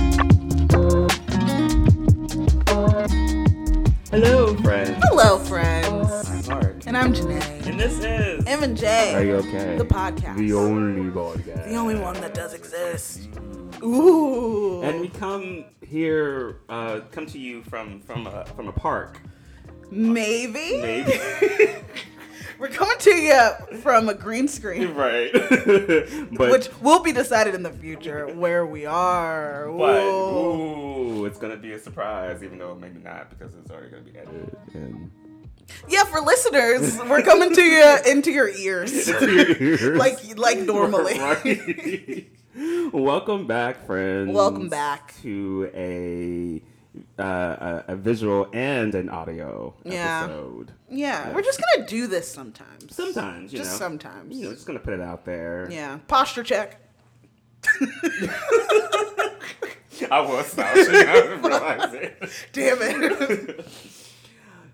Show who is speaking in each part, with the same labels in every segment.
Speaker 1: Jam and Jay.
Speaker 2: Are you okay?
Speaker 1: The podcast.
Speaker 2: The only podcast.
Speaker 1: The only one that does exist. Ooh.
Speaker 3: And we come here, uh, come to you from from a, from a park,
Speaker 1: maybe.
Speaker 3: maybe.
Speaker 1: We're coming to you from a green screen.
Speaker 3: right. but
Speaker 1: Which will be decided in the future where we are.
Speaker 3: but
Speaker 1: Ooh.
Speaker 3: ooh, it's gonna be a surprise, even though maybe not because it's already gonna be edited.
Speaker 2: And
Speaker 1: Yeah, for listeners, we're coming to you into your ears, like like normally.
Speaker 3: Right. Welcome back, friends.
Speaker 1: Welcome back.
Speaker 3: to a uh, a, a visual and an audio
Speaker 1: Yeah.
Speaker 3: episode.
Speaker 1: Yeah, we're just gonna do this sometimes.
Speaker 3: Sometimes, you
Speaker 1: Just
Speaker 3: know,
Speaker 1: sometimes.
Speaker 3: you know, just gonna put it out there.
Speaker 1: Yeah, posture check.
Speaker 3: I was slouching. I didn't realize it.
Speaker 1: Damn it.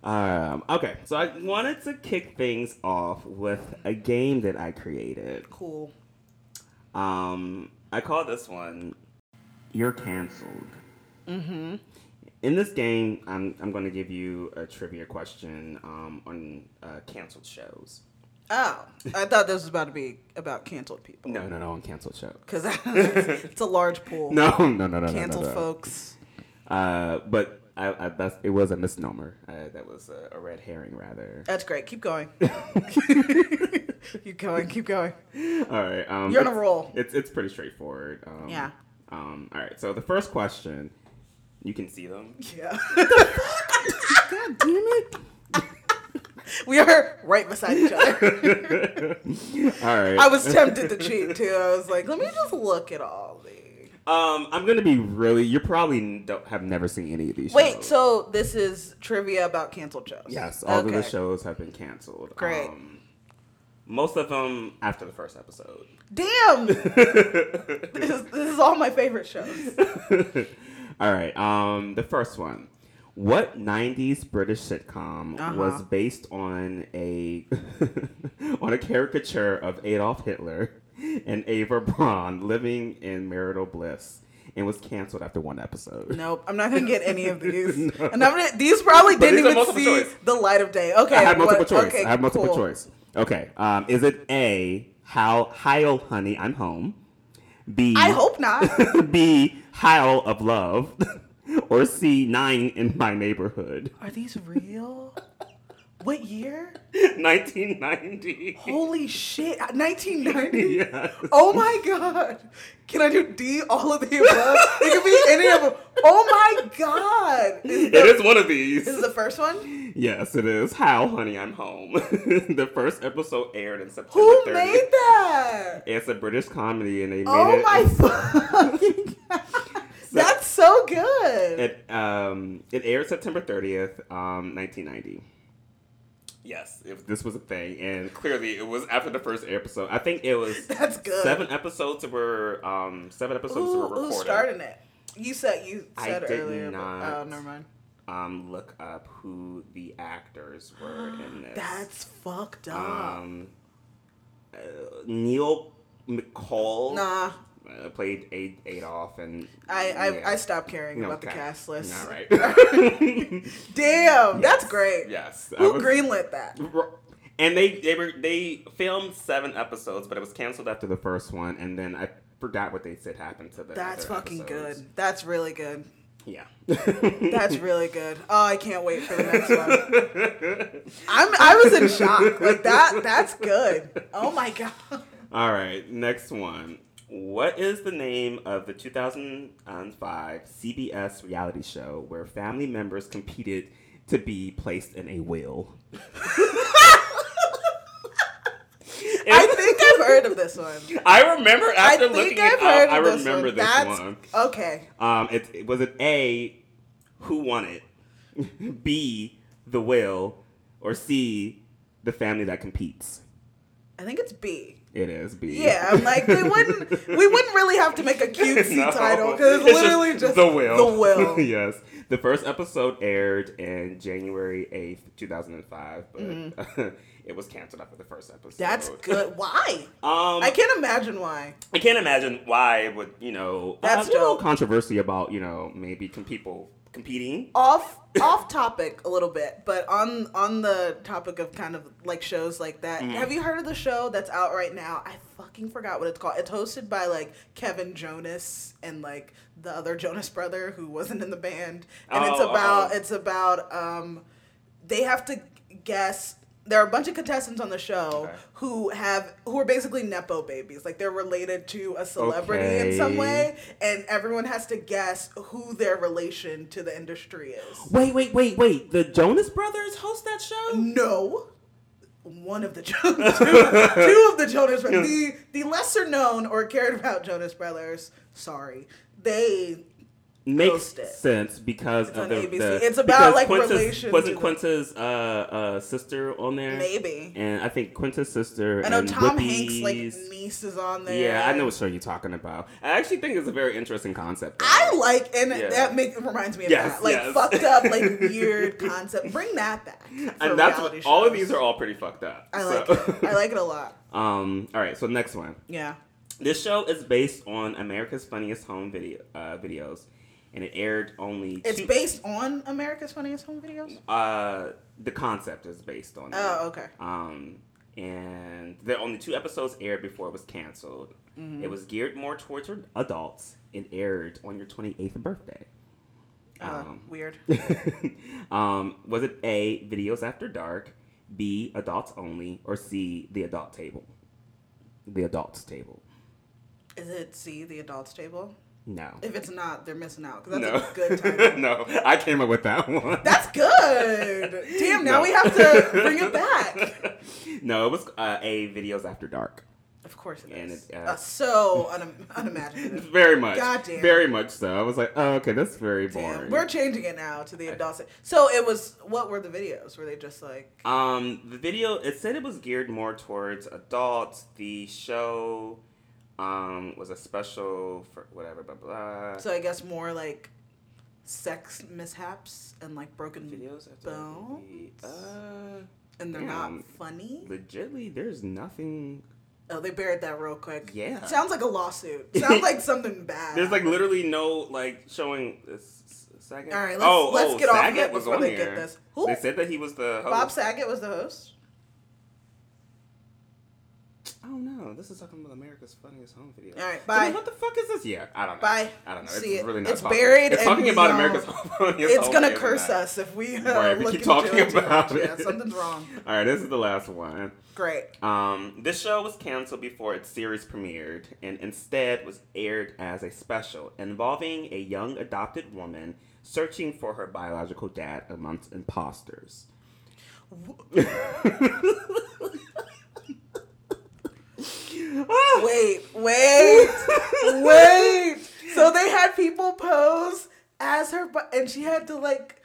Speaker 3: Um, okay, so I wanted to kick things off with a game that I created.
Speaker 1: cool.
Speaker 3: Um, I call this one You're Cancelled. Mm-hmm. In this game, I'm, I'm going to give you a trivia question um, on uh, canceled shows.
Speaker 1: Oh, I thought this was about to be about canceled people
Speaker 3: No, no, no, on canceled shows.
Speaker 1: because it's a large pool.
Speaker 3: No, no, no, no, no.
Speaker 1: canceled
Speaker 3: no, no.
Speaker 1: folks.
Speaker 3: Uh, but I, I, that's, it was a misnomer. Uh, that was a, a red herring, rather.
Speaker 1: That's great. Keep going. keep going. Keep going.
Speaker 3: All right. Um,
Speaker 1: You're on a
Speaker 3: it's-
Speaker 1: roll.
Speaker 3: It's it's pretty straightforward. Um,
Speaker 1: Yeah.
Speaker 3: Um, all right. So the first question, you can see them.
Speaker 1: Yeah,
Speaker 3: God damn it!
Speaker 1: we are right beside each other.
Speaker 3: All right.
Speaker 1: I was tempted to cheat too. I was like, let me just look at all these.
Speaker 3: um, I'm gonna be really. You probably don't have never seen any of these.
Speaker 1: Wait,
Speaker 3: shows.
Speaker 1: so this is trivia about canceled shows?
Speaker 3: yes, all of the
Speaker 1: Okay.
Speaker 3: shows have been canceled.
Speaker 1: Great.
Speaker 3: Um, most of them after the first episode.
Speaker 1: Damn, this, is, this is all my favorite shows.
Speaker 3: All right. Um, the first one. What '90s British sitcom
Speaker 1: Uh-huh.
Speaker 3: was based on a on a caricature of Adolf Hitler and Ava Braun living in marital bliss and was canceled after one episode?
Speaker 1: Nope, I'm not gonna get any of these. And I'm gonna, these probably
Speaker 3: But
Speaker 1: didn't
Speaker 3: these are
Speaker 1: even
Speaker 3: multiple
Speaker 1: see
Speaker 3: choice.
Speaker 1: the light of day. Okay,
Speaker 3: I have multiple
Speaker 1: what-
Speaker 3: choice.
Speaker 1: okay,
Speaker 3: I have multiple
Speaker 1: cool.
Speaker 3: choice. Okay. Um, is it A. How Heil Honey I'm Home? B.
Speaker 1: I hope not.
Speaker 3: B. Howl of Love, or C. Nine in My Neighborhood.
Speaker 1: Are these real? What year?
Speaker 3: 1990.
Speaker 1: Holy shit! 1990.
Speaker 3: Yeah.
Speaker 1: Oh my god! Can I do D all of the above? It could be any of them. Oh my god! Is,
Speaker 3: It is one of
Speaker 1: this
Speaker 3: these.
Speaker 1: the first one?
Speaker 3: Yes, it is. How, honey, I'm home. the first episode aired in September.
Speaker 1: Who
Speaker 3: 30th.
Speaker 1: made that?
Speaker 3: It's a British comedy, and they made
Speaker 1: Oh
Speaker 3: it.
Speaker 1: my fucking god! That's so good.
Speaker 3: It um it aired September 30th, um 1990. Yes, if this was a thing, and clearly it was after the first episode. I think it was
Speaker 1: That's good.
Speaker 3: seven episodes were um seven episodes
Speaker 1: who,
Speaker 3: were
Speaker 1: who
Speaker 3: recorded.
Speaker 1: started it? You said you
Speaker 3: I
Speaker 1: said
Speaker 3: did
Speaker 1: earlier. but-
Speaker 3: not.
Speaker 1: oh, never mind.
Speaker 3: Um, look up who the actors were in this.
Speaker 1: That's fucked up.
Speaker 3: Um, uh, Neil McCall
Speaker 1: nah,
Speaker 3: uh, played Ad- Adolf, and
Speaker 1: I I,
Speaker 3: yeah.
Speaker 1: I stopped caring
Speaker 3: No,
Speaker 1: about the
Speaker 3: okay.
Speaker 1: cast list.
Speaker 3: All right.
Speaker 1: Damn, that's great.
Speaker 3: yes. I
Speaker 1: Who
Speaker 3: was-
Speaker 1: greenlit that?
Speaker 3: And they they were they filmed seven episodes, but it was canceled after the first one, and then I forgot what they said happened to the.
Speaker 1: That's
Speaker 3: other
Speaker 1: fucking
Speaker 3: episodes.
Speaker 1: good. That's really good.
Speaker 3: Yeah.
Speaker 1: That's really good. Oh, I can't wait for the next one. I'm I was in shock. Like that. That's good. Oh my god.
Speaker 3: All right, next one. What is the name of the 2005 CBS reality show where family members competed to be placed in a will?
Speaker 1: I think I've heard of this one.
Speaker 3: I remember after
Speaker 1: I think
Speaker 3: looking
Speaker 1: I've
Speaker 3: it
Speaker 1: heard
Speaker 3: up, I
Speaker 1: of this
Speaker 3: remember
Speaker 1: one.
Speaker 3: this
Speaker 1: That's
Speaker 3: one.
Speaker 1: okay.
Speaker 3: Um, it, it- was it A, who won it? B, the will, or C, the family that competes?
Speaker 1: I think it's B.
Speaker 3: It is B.
Speaker 1: Yeah, I'm like they wouldn't. We wouldn't really have to make a cutesy
Speaker 3: No.
Speaker 1: title because it's
Speaker 3: It's
Speaker 1: literally just,
Speaker 3: the will.
Speaker 1: The will.
Speaker 3: yes. The first episode aired in January eighth, two thousand and five, but it was canceled after the first episode.
Speaker 1: Mm-hmm. That's good. Why?
Speaker 3: Um,
Speaker 1: I can't imagine why.
Speaker 3: I can't imagine why it would you know.
Speaker 1: That's
Speaker 3: That's a little
Speaker 1: dope.
Speaker 3: controversy about you know maybe can people competing.
Speaker 1: off off topic a little bit, but on on the topic of kind of like shows like that.
Speaker 3: Mm.
Speaker 1: Have you heard of the show that's out right now? I fucking forgot what it's called. It's hosted by like Kevin Jonas and like the other Jonas brother who wasn't in the band, and it's
Speaker 3: Oh,
Speaker 1: about
Speaker 3: oh.
Speaker 1: it's about um they have to guess there are a bunch of contestants on the show
Speaker 3: Okay.
Speaker 1: who have who are basically nepo babies like they're related to a celebrity in
Speaker 3: Okay.
Speaker 1: some way and everyone has to guess who their relation to the industry is
Speaker 3: Wait, wait, wait, wait. The Jonas Brothers host that show?
Speaker 1: no one of the Jonas, two, two of the Jonas Brothers, the, the lesser known or cared about Jonas Brothers. Sorry, they
Speaker 3: Makes
Speaker 1: Host it.
Speaker 3: sense because of
Speaker 1: on
Speaker 3: the,
Speaker 1: ABC.
Speaker 3: the-
Speaker 1: It's about,
Speaker 3: because
Speaker 1: like,
Speaker 3: Quinta's,
Speaker 1: relation
Speaker 3: Wasn't
Speaker 1: to-
Speaker 3: Quinta's uh, uh, sister on there?
Speaker 1: maybe.
Speaker 3: And I think Quinta's sister.
Speaker 1: I know
Speaker 3: and
Speaker 1: Tom Hanks'
Speaker 3: Whippy's-
Speaker 1: like niece is on there.
Speaker 3: Yeah, I know what show you're talking about. I actually think it's a very interesting concept. though.
Speaker 1: I like, and
Speaker 3: Yeah.
Speaker 1: that make, reminds me of
Speaker 3: Yes,
Speaker 1: that, like
Speaker 3: yes.
Speaker 1: fucked up, like weird concept. Bring that back.
Speaker 3: and that's what, all of these are all pretty fucked up.
Speaker 1: I
Speaker 3: so.
Speaker 1: like it. I like it a lot.
Speaker 3: um. All right. So next one.
Speaker 1: Yeah.
Speaker 3: This show is based on America's Funniest Home video uh, videos, and it aired only.
Speaker 1: It's
Speaker 3: two-
Speaker 1: based on America's Funniest Home Videos.
Speaker 3: Uh, the concept is based on. that.
Speaker 1: Oh, okay.
Speaker 3: Um, and there only two episodes aired before it was canceled.
Speaker 1: Mm-hmm.
Speaker 3: It was geared more towards adults and aired on your 28th birthday.
Speaker 1: Uh,
Speaker 3: Um,
Speaker 1: weird.
Speaker 3: um, was it A, videos after dark, B, adults only, or C, the adult table? The adults table.
Speaker 1: Is it C, the adults table?
Speaker 3: No.
Speaker 1: If it's not, they're missing out because
Speaker 3: no.
Speaker 1: that's a good time.
Speaker 3: no, I came up with that one.
Speaker 1: That's good. Damn, now
Speaker 3: No.
Speaker 1: we have to bring it back.
Speaker 3: no, it was uh, A, videos after dark.
Speaker 1: Of course it
Speaker 3: And
Speaker 1: is.
Speaker 3: it, uh,
Speaker 1: uh, so unim unimaginative.
Speaker 3: Very much.
Speaker 1: Goddamn.
Speaker 3: Very much so. I was like, oh, okay, that's very boring.
Speaker 1: Damn, we're changing it now to the adults. So it was. What were the videos? Were they just like?
Speaker 3: Um, the video it said it was geared more towards adults. The show um was a special for whatever blah blah.
Speaker 1: So I guess more like sex mishaps and like broken
Speaker 3: videos after
Speaker 1: bones,
Speaker 3: the- uh
Speaker 1: and they're
Speaker 3: damn.
Speaker 1: not funny.
Speaker 3: legitly there's nothing
Speaker 1: Oh, they buried that real quick.
Speaker 3: Yeah.
Speaker 1: sounds like a lawsuit. Sounds like something bad.
Speaker 3: there's like literally no like showing this Oh, second
Speaker 1: All right, let's- let's get off of it before they get this. Who?
Speaker 3: they said that he was the
Speaker 1: Bob
Speaker 3: host.
Speaker 1: Saget was the host.
Speaker 3: I don't know this is talking about America's funniest home video
Speaker 1: All right,
Speaker 3: So
Speaker 1: bye.
Speaker 3: what the fuck is this yeah I don't know
Speaker 1: Bye.
Speaker 3: I don't know
Speaker 1: See
Speaker 3: it's
Speaker 1: it.
Speaker 3: really not
Speaker 1: It's
Speaker 3: talking.
Speaker 1: buried
Speaker 3: it's
Speaker 1: and
Speaker 3: talking
Speaker 1: we
Speaker 3: about
Speaker 1: don't-
Speaker 3: America's funniest
Speaker 1: It's
Speaker 3: home
Speaker 1: gonna
Speaker 3: video,
Speaker 1: curse
Speaker 3: not-
Speaker 1: us if we, uh,
Speaker 3: Right, if we
Speaker 1: look
Speaker 3: keep
Speaker 1: into it
Speaker 3: talking
Speaker 1: too much.
Speaker 3: about it.
Speaker 1: Yeah, something's wrong.
Speaker 3: All right, this is the last one.
Speaker 1: Great.
Speaker 3: Um, this show was canceled before its series premiered and instead was aired as a special involving a young adopted woman searching for her biological dad amongst imposters.
Speaker 1: Wait, wait, wait. So they had people pose as her, bu- and she had to like.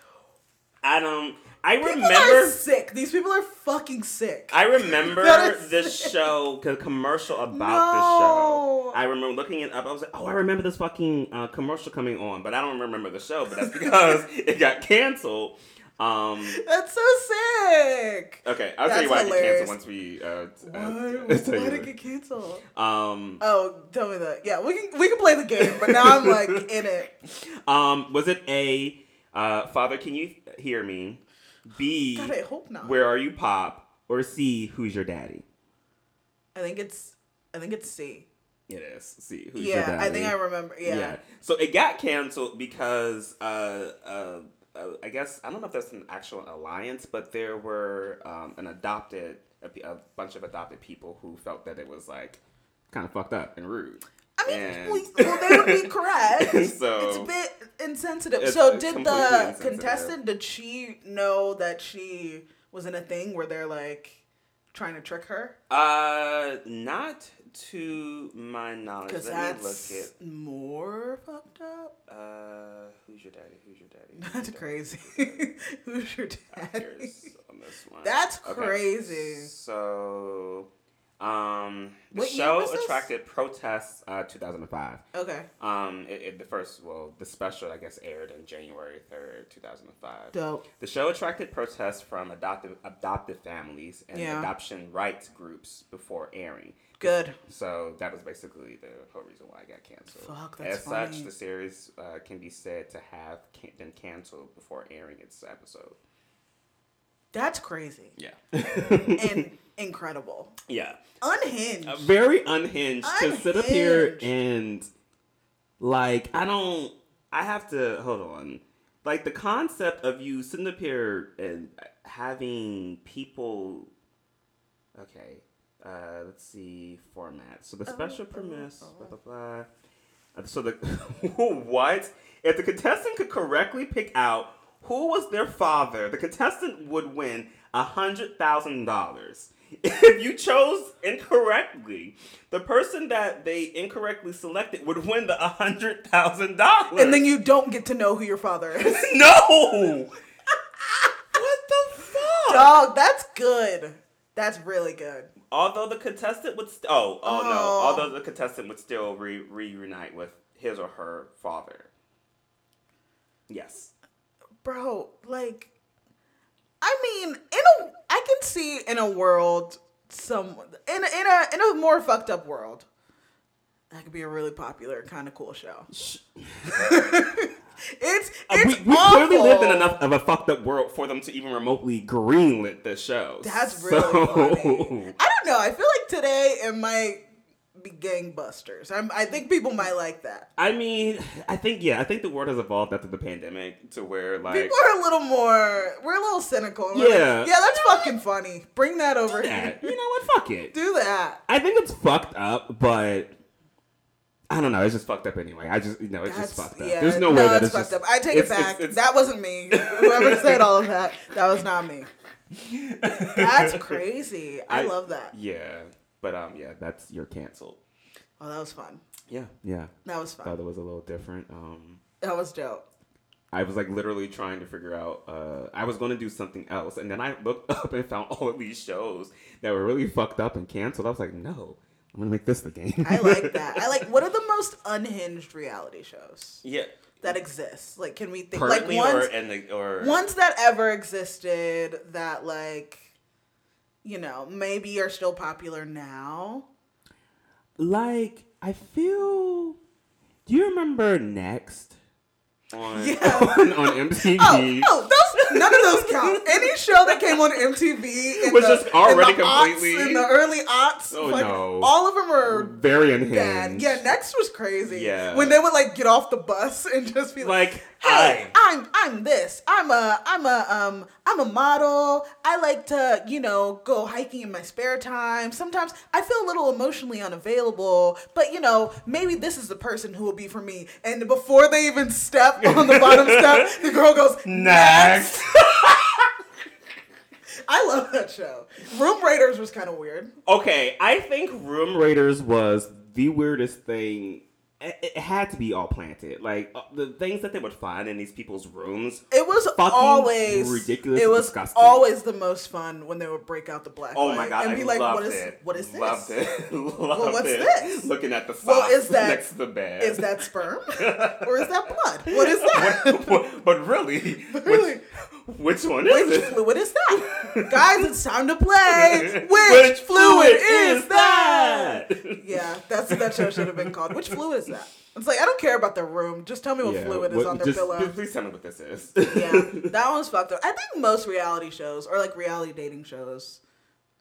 Speaker 3: I don't. I
Speaker 1: People are
Speaker 3: remember.
Speaker 1: sick. These people are fucking sick.
Speaker 3: I remember
Speaker 1: That is
Speaker 3: this show, the commercial about
Speaker 1: No.
Speaker 3: this show. I remember looking it up. I was like, oh, I remember this fucking uh, commercial coming on, but I don't remember the show, but that's because it got canceled. Um,
Speaker 1: That's so sick.
Speaker 3: okay, I'll tell
Speaker 1: That's
Speaker 3: you why
Speaker 1: hilarious.
Speaker 3: it got canceled once we. Uh, t- uh, tell you
Speaker 1: What? Why did it
Speaker 3: later.
Speaker 1: get canceled?
Speaker 3: um,
Speaker 1: Oh, tell me that. Yeah, we can we can play the game, but now I'm like in it.
Speaker 3: um, was it A, uh, Father, can you hear me? B,
Speaker 1: God, I hope not.
Speaker 3: Where Are You, Pop? Or C, Who's Your Daddy?
Speaker 1: I think it's I think it's C.
Speaker 3: It is. C, Who's Your
Speaker 1: Yeah,
Speaker 3: Daddy?
Speaker 1: I think I remember. Yeah.
Speaker 3: Yeah. So it got canceled because uh, uh, uh, I guess I don't know if that's an actual alliance, but there were um, an adopted a, pe- a bunch of adopted people who felt that it was like kind of fucked up and rude.
Speaker 1: I mean,
Speaker 3: And-
Speaker 1: well, well, they would be correct.
Speaker 3: So-
Speaker 1: it's a bit insensitive.
Speaker 3: It's
Speaker 1: so, did
Speaker 3: completely
Speaker 1: the
Speaker 3: insensitive.
Speaker 1: contestant? Did she know that she was in a thing where they're like trying to trick her?
Speaker 3: Uh, not to my knowledge. Let
Speaker 1: Because
Speaker 3: me
Speaker 1: that's
Speaker 3: look
Speaker 1: more fucked up.
Speaker 3: at uh, who's your daddy? Who's your daddy? Who's
Speaker 1: That's
Speaker 3: your
Speaker 1: crazy. Who's your
Speaker 3: daddy?
Speaker 1: daddy?
Speaker 3: Here's on this one.
Speaker 1: That's
Speaker 3: Okay.
Speaker 1: crazy.
Speaker 3: So, um, the
Speaker 1: What year
Speaker 3: show
Speaker 1: was this?
Speaker 3: attracted protests. Uh, two thousand and five.
Speaker 1: Okay.
Speaker 3: Um, it, it, the first, well, the special, I guess, aired on January 3rd, 2005.
Speaker 1: Dope.
Speaker 3: The show attracted protests from adoptive, adoptive families and
Speaker 1: Yeah.
Speaker 3: adoption rights groups before airing.
Speaker 1: Good.
Speaker 3: So that was basically the whole reason why I got canceled.
Speaker 1: Fuck, that's
Speaker 3: As
Speaker 1: funny.
Speaker 3: such, the series uh, can be said to have can- been canceled before airing its episode.
Speaker 1: That's crazy
Speaker 3: Yeah.
Speaker 1: and incredible.
Speaker 3: yeah.
Speaker 1: Unhinged.
Speaker 3: Uh, very unhinged, to sit up here
Speaker 1: Unhinged.
Speaker 3: and like I don't. I have to hold on. Like the concept of you sitting up here and having people. Okay, uh, let's see format. So the special premise, blah blah blah. Uh, So the what? If the contestant could correctly pick out who was their father, the contestant would win a hundred thousand dollars. If you chose incorrectly, the person that they incorrectly selected would win the a hundred thousand dollars.
Speaker 1: and then you don't get to know who your father is.
Speaker 3: no. what the fuck?
Speaker 1: Dog, that's good. That's really good.
Speaker 3: Although the contestant would st- oh, oh no,
Speaker 1: Oh.
Speaker 3: although the contestant would still re- reunite with his or her father. Yes.
Speaker 1: Bro, like I mean, in a I can see in a world some in a, in a in a more fucked up world. That could be a really popular kind of cool show. it's it's
Speaker 3: Uh, we we
Speaker 1: awful.
Speaker 3: clearly live in enough of a fucked up world for them to even remotely greenlit this show.
Speaker 1: That's really funny. I don't know. I feel like today it might be gangbusters. I'm, I think people might like that.
Speaker 3: I mean, I think yeah, I think the world has evolved after the pandemic to where like
Speaker 1: People are a little more. We're a little cynical. We're like,
Speaker 3: Yeah.
Speaker 1: yeah, that's fucking funny. Bring that over
Speaker 3: yeah,
Speaker 1: here.
Speaker 3: you know what? Fuck it.
Speaker 1: Do that.
Speaker 3: I think it's fucked up, but I don't know. It's just fucked up anyway. I just you know it's
Speaker 1: That's
Speaker 3: just fucked up.
Speaker 1: yeah.
Speaker 3: There's no, way that
Speaker 1: that's
Speaker 3: it's
Speaker 1: fucked
Speaker 3: just-
Speaker 1: up. I take
Speaker 3: it's-
Speaker 1: it back.
Speaker 3: it's- it's-
Speaker 1: that wasn't me. Whoever said all of that, that was not me. That's crazy. I, love that.
Speaker 3: Yeah, but um, yeah, that's you're canceled.
Speaker 1: Oh, that was fun.
Speaker 3: Yeah, yeah.
Speaker 1: That was
Speaker 3: Thought
Speaker 1: fun.
Speaker 3: it was a little different. Um,
Speaker 1: That was dope.
Speaker 3: I was like literally trying to figure out. Uh, I was going to do something else, and then I looked up and found all of these shows that were really fucked up and canceled. I was like, no, I'm gonna make this the game.
Speaker 1: I like that. I like. What are the most unhinged reality shows?
Speaker 3: yeah,
Speaker 1: that exists? Like, can we think
Speaker 3: currently
Speaker 1: like ones,
Speaker 3: or and the, or
Speaker 1: ones that ever existed that like, you know, maybe are still popular now?
Speaker 3: like I feel. Do you remember next? On,
Speaker 1: Yeah.
Speaker 3: on, on MTV.
Speaker 1: Oh, oh, those none of those count. Any show that came on MTV in
Speaker 3: Was
Speaker 1: the,
Speaker 3: just
Speaker 1: in
Speaker 3: already
Speaker 1: the aughts,
Speaker 3: completely-
Speaker 1: in the early aughts,
Speaker 3: Oh,
Speaker 1: like,
Speaker 3: no.
Speaker 1: all of them are
Speaker 3: Very unhinged.
Speaker 1: bad. Yeah, next was crazy.
Speaker 3: Yeah.
Speaker 1: when they would like get off the bus and just be like.
Speaker 3: Like,
Speaker 1: Hey,
Speaker 3: hi.
Speaker 1: I'm I'm this. I'm a I'm a um I'm a model. I like to, you know, go hiking in my spare time. Sometimes I feel a little emotionally unavailable, but you know, maybe this is the person who will be for me. And before they even step on the bottom step, the girl goes,
Speaker 3: Next.
Speaker 1: I love that show. Room Raiders was kind of weird.
Speaker 3: Okay, I think Room Raiders was the weirdest thing. It it had to be all planted. Like uh, the things that they would find in these people's rooms.
Speaker 1: It was
Speaker 3: Fucking
Speaker 1: always
Speaker 3: ridiculous
Speaker 1: It
Speaker 3: and
Speaker 1: was
Speaker 3: disgusting.
Speaker 1: always the most fun when they would break out the black
Speaker 3: Oh
Speaker 1: light
Speaker 3: my god!
Speaker 1: and be
Speaker 3: I
Speaker 1: like,
Speaker 3: loved
Speaker 1: what is
Speaker 3: it.
Speaker 1: what is this?
Speaker 3: Loved it. loved
Speaker 1: what's
Speaker 3: it.
Speaker 1: this?
Speaker 3: Looking at the socks
Speaker 1: Well, is that-
Speaker 3: next to the bed.
Speaker 1: Is that sperm or is that blood? What is that?
Speaker 3: What- what- but really,
Speaker 1: Really?
Speaker 3: Which, which one is
Speaker 1: Which
Speaker 3: it?
Speaker 1: fluid is that? Guys, it's time to play. Which,
Speaker 3: Which
Speaker 1: fluid is that?
Speaker 3: that?
Speaker 1: Yeah, that's what that show should have been called. Which fluid is that? It's like I don't care about the room. Just tell me what
Speaker 3: Yeah,
Speaker 1: fluid is
Speaker 3: what-
Speaker 1: on their
Speaker 3: just-
Speaker 1: pillow.
Speaker 3: Please tell me what this is.
Speaker 1: yeah, that one's fucked up. I think most reality shows or like reality dating shows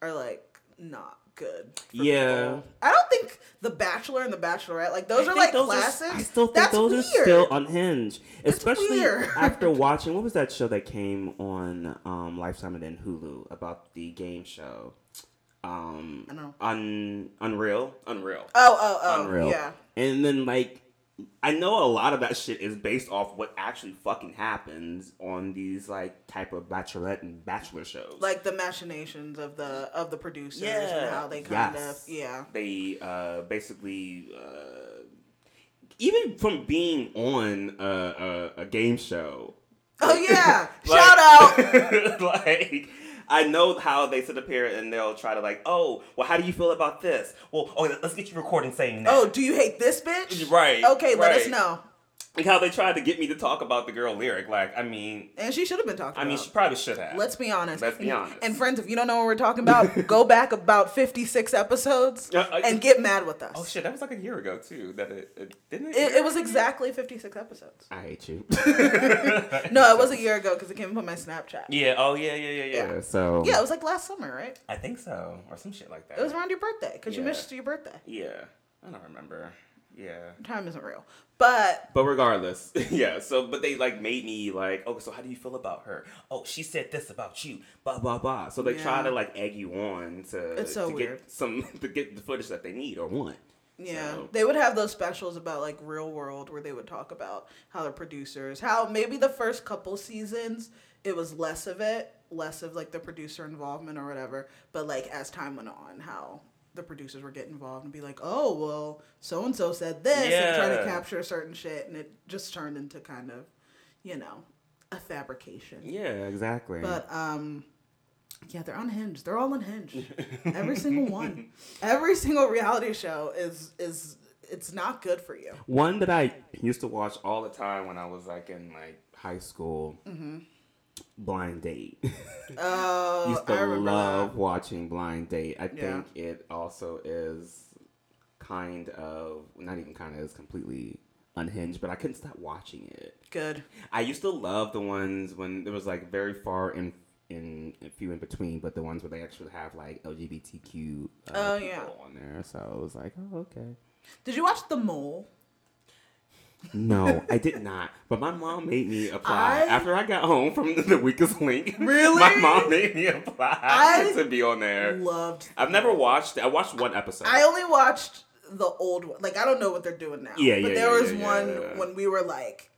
Speaker 1: are like not good. for
Speaker 3: Yeah.
Speaker 1: people. I don't think The Bachelor and The Bachelorette like those
Speaker 3: I
Speaker 1: are
Speaker 3: think
Speaker 1: like
Speaker 3: those are-
Speaker 1: classics.
Speaker 3: I still think
Speaker 1: That's
Speaker 3: those
Speaker 1: weird.
Speaker 3: are still unhinged, especially
Speaker 1: weird.
Speaker 3: after watching what was that show that came on um, Lifetime and then Hulu about the game show, um,
Speaker 1: I know.
Speaker 3: Un Unreal, Unreal,
Speaker 1: Oh oh oh
Speaker 3: Unreal,
Speaker 1: yeah.
Speaker 3: And then like, I know a lot of that shit is based off what actually fucking happens on these like type of bachelorette and bachelor shows.
Speaker 1: like the machinations of the of the producers and
Speaker 3: Yeah.
Speaker 1: how they kind
Speaker 3: Yes.
Speaker 1: of yeah
Speaker 3: they uh, basically uh, even from being on a, a, a game show
Speaker 1: oh yeah
Speaker 3: like-
Speaker 1: shout out
Speaker 3: like I know how they sit up here and they'll try to like, oh, well, how do you feel about this? Well, oh, let's get you recording saying that.
Speaker 1: oh do you hate this bitch
Speaker 3: Right,
Speaker 1: okay let us
Speaker 3: right.
Speaker 1: know
Speaker 3: Like how they tried to get me to talk about the girl lyric. Like, I mean,
Speaker 1: And she should have been talking
Speaker 3: I mean,
Speaker 1: about.
Speaker 3: she probably should have.
Speaker 1: Let's be honest.
Speaker 3: Let's be
Speaker 1: And-
Speaker 3: honest.
Speaker 1: And friends, if you don't know what we're talking about, go back about 56 episodes
Speaker 3: Uh, uh,
Speaker 1: and get mad with us.
Speaker 3: Oh shit, that was like a year ago too. That it, it didn't.
Speaker 1: It, it was exactly 56 episodes.
Speaker 3: I hate you.
Speaker 1: No, it was a year ago because it came up on my Snapchat. Yeah.
Speaker 3: yeah. Oh yeah. Yeah. Yeah. Yeah.
Speaker 1: Yeah.
Speaker 3: so.
Speaker 1: it was like last summer, right?
Speaker 3: I think so, or some shit like that.
Speaker 1: It was around your birthday because you
Speaker 3: Yeah.
Speaker 1: missed your birthday.
Speaker 3: Yeah. I don't remember. Yeah.
Speaker 1: Time isn't real. But
Speaker 3: But regardless, yeah. So, but they like made me like, oh, so how do you feel about her? Oh, she said this about you. Blah blah blah. So they try
Speaker 1: Yeah.
Speaker 3: to like egg you on to
Speaker 1: It's so
Speaker 3: to
Speaker 1: weird.
Speaker 3: get some to get the footage that they need or want.
Speaker 1: yeah,
Speaker 3: So-
Speaker 1: they would have those specials about like real world where they would talk about how the producers, how maybe the first couple seasons it was less of it, less of like the producer involvement or whatever. But like as time went on, how the producers were getting involved and be like, oh well, so and so said this and try to
Speaker 3: Yeah.
Speaker 1: capture certain shit, and it just turned into kind of, you know, a fabrication.
Speaker 3: Yeah, exactly.
Speaker 1: But um, yeah, they're unhinged. They're all unhinged. Every single one. Every single reality show is is it's not good for you.
Speaker 3: One that I used to watch all the time when I was like in like high school.
Speaker 1: Mm-hmm.
Speaker 3: Blind Date.
Speaker 1: Oh,
Speaker 3: used
Speaker 1: I
Speaker 3: to
Speaker 1: remember
Speaker 3: love watching Blind Date. I
Speaker 1: Yeah.
Speaker 3: think it also is kind of not even kind of is completely unhinged, but I couldn't stop watching it.
Speaker 1: that. Good.
Speaker 3: I used to love the ones when there was like very far in in and few in between, but the ones where they actually have like LGBTQ uh,
Speaker 1: Oh,
Speaker 3: people
Speaker 1: yeah.
Speaker 3: on there. So I was like, oh okay.
Speaker 1: Did you watch The Mole?
Speaker 3: No, I did not. But my mom made me apply
Speaker 1: I-
Speaker 3: after I got home from the, weakest link.
Speaker 1: Really?
Speaker 3: My mom made me apply
Speaker 1: I
Speaker 3: to be on there.
Speaker 1: Loved.
Speaker 3: I've never watched. I watched one episode.
Speaker 1: I only watched the old one. Like I don't know what they're doing now.
Speaker 3: Yeah,
Speaker 1: But
Speaker 3: yeah,
Speaker 1: there
Speaker 3: yeah,
Speaker 1: was
Speaker 3: yeah,
Speaker 1: one
Speaker 3: yeah, yeah.
Speaker 1: when we were like,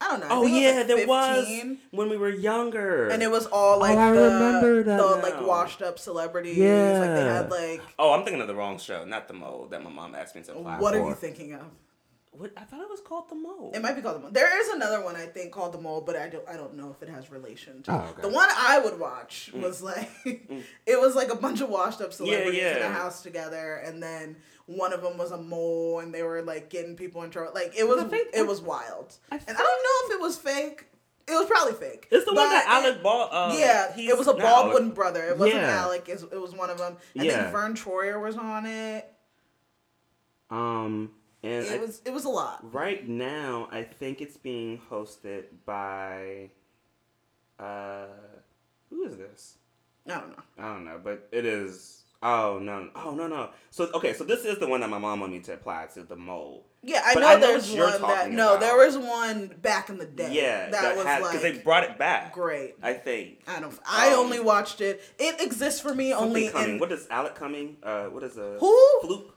Speaker 1: I don't know. I
Speaker 3: oh
Speaker 1: think I
Speaker 3: yeah,
Speaker 1: like,
Speaker 3: there was
Speaker 1: 15,
Speaker 3: when we were younger.
Speaker 1: And it was all like
Speaker 3: I
Speaker 1: the,
Speaker 3: remember that
Speaker 1: the like
Speaker 3: now.
Speaker 1: washed up celebrities. Like they
Speaker 3: Yeah.
Speaker 1: had like
Speaker 3: Oh, I'm thinking of the wrong show, not the mole that my mom asked me to apply
Speaker 1: what
Speaker 3: for.
Speaker 1: are you thinking of?
Speaker 3: What I thought it was called the mole.
Speaker 1: It might be called the mole. There is another one I think called the mole, but I don't I don't know if it has relation to.
Speaker 3: Oh, okay.
Speaker 1: The one I would watch was like it was like a bunch of washed up celebrities in
Speaker 3: Mm. yeah.
Speaker 1: a house together, and then one of them was a mole, and they were like getting people in trouble. Like it was
Speaker 3: I think-
Speaker 1: it was wild,
Speaker 3: I
Speaker 1: and I don't know if it was fake. It was probably fake.
Speaker 3: it's the one
Speaker 1: But
Speaker 3: that
Speaker 1: it-
Speaker 3: Alec Ball. Uh,
Speaker 1: yeah,
Speaker 3: he's
Speaker 1: it was a
Speaker 3: not
Speaker 1: Baldwin
Speaker 3: Alec-
Speaker 1: brother. It wasn't
Speaker 3: Yeah.
Speaker 1: Alec. It, it was one of them. I
Speaker 3: Yeah.
Speaker 1: think Vern Troyer was on it.
Speaker 3: Um, and I-
Speaker 1: It was it was a lot.
Speaker 3: right now, I think it's being hosted by. Uh, who is this?
Speaker 1: I don't know.
Speaker 3: I don't know, but it is. Oh no! Oh no no! So okay, so this is the one that my mom wanted me to apply to the mole.
Speaker 1: Yeah, I
Speaker 3: But
Speaker 1: know
Speaker 3: I know
Speaker 1: there's
Speaker 3: what you're
Speaker 1: one that
Speaker 3: talking
Speaker 1: no,
Speaker 3: about.
Speaker 1: there was one back in the day.
Speaker 3: Yeah,
Speaker 1: that, was
Speaker 3: had-
Speaker 1: like
Speaker 3: they brought it back.
Speaker 1: great.
Speaker 3: I think.
Speaker 1: I don't. I
Speaker 3: Um,
Speaker 1: only watched it. It exists for me only
Speaker 3: Something coming.
Speaker 1: in
Speaker 3: what is Alec Cumming? Uh, what is a
Speaker 1: Who?
Speaker 3: fluke?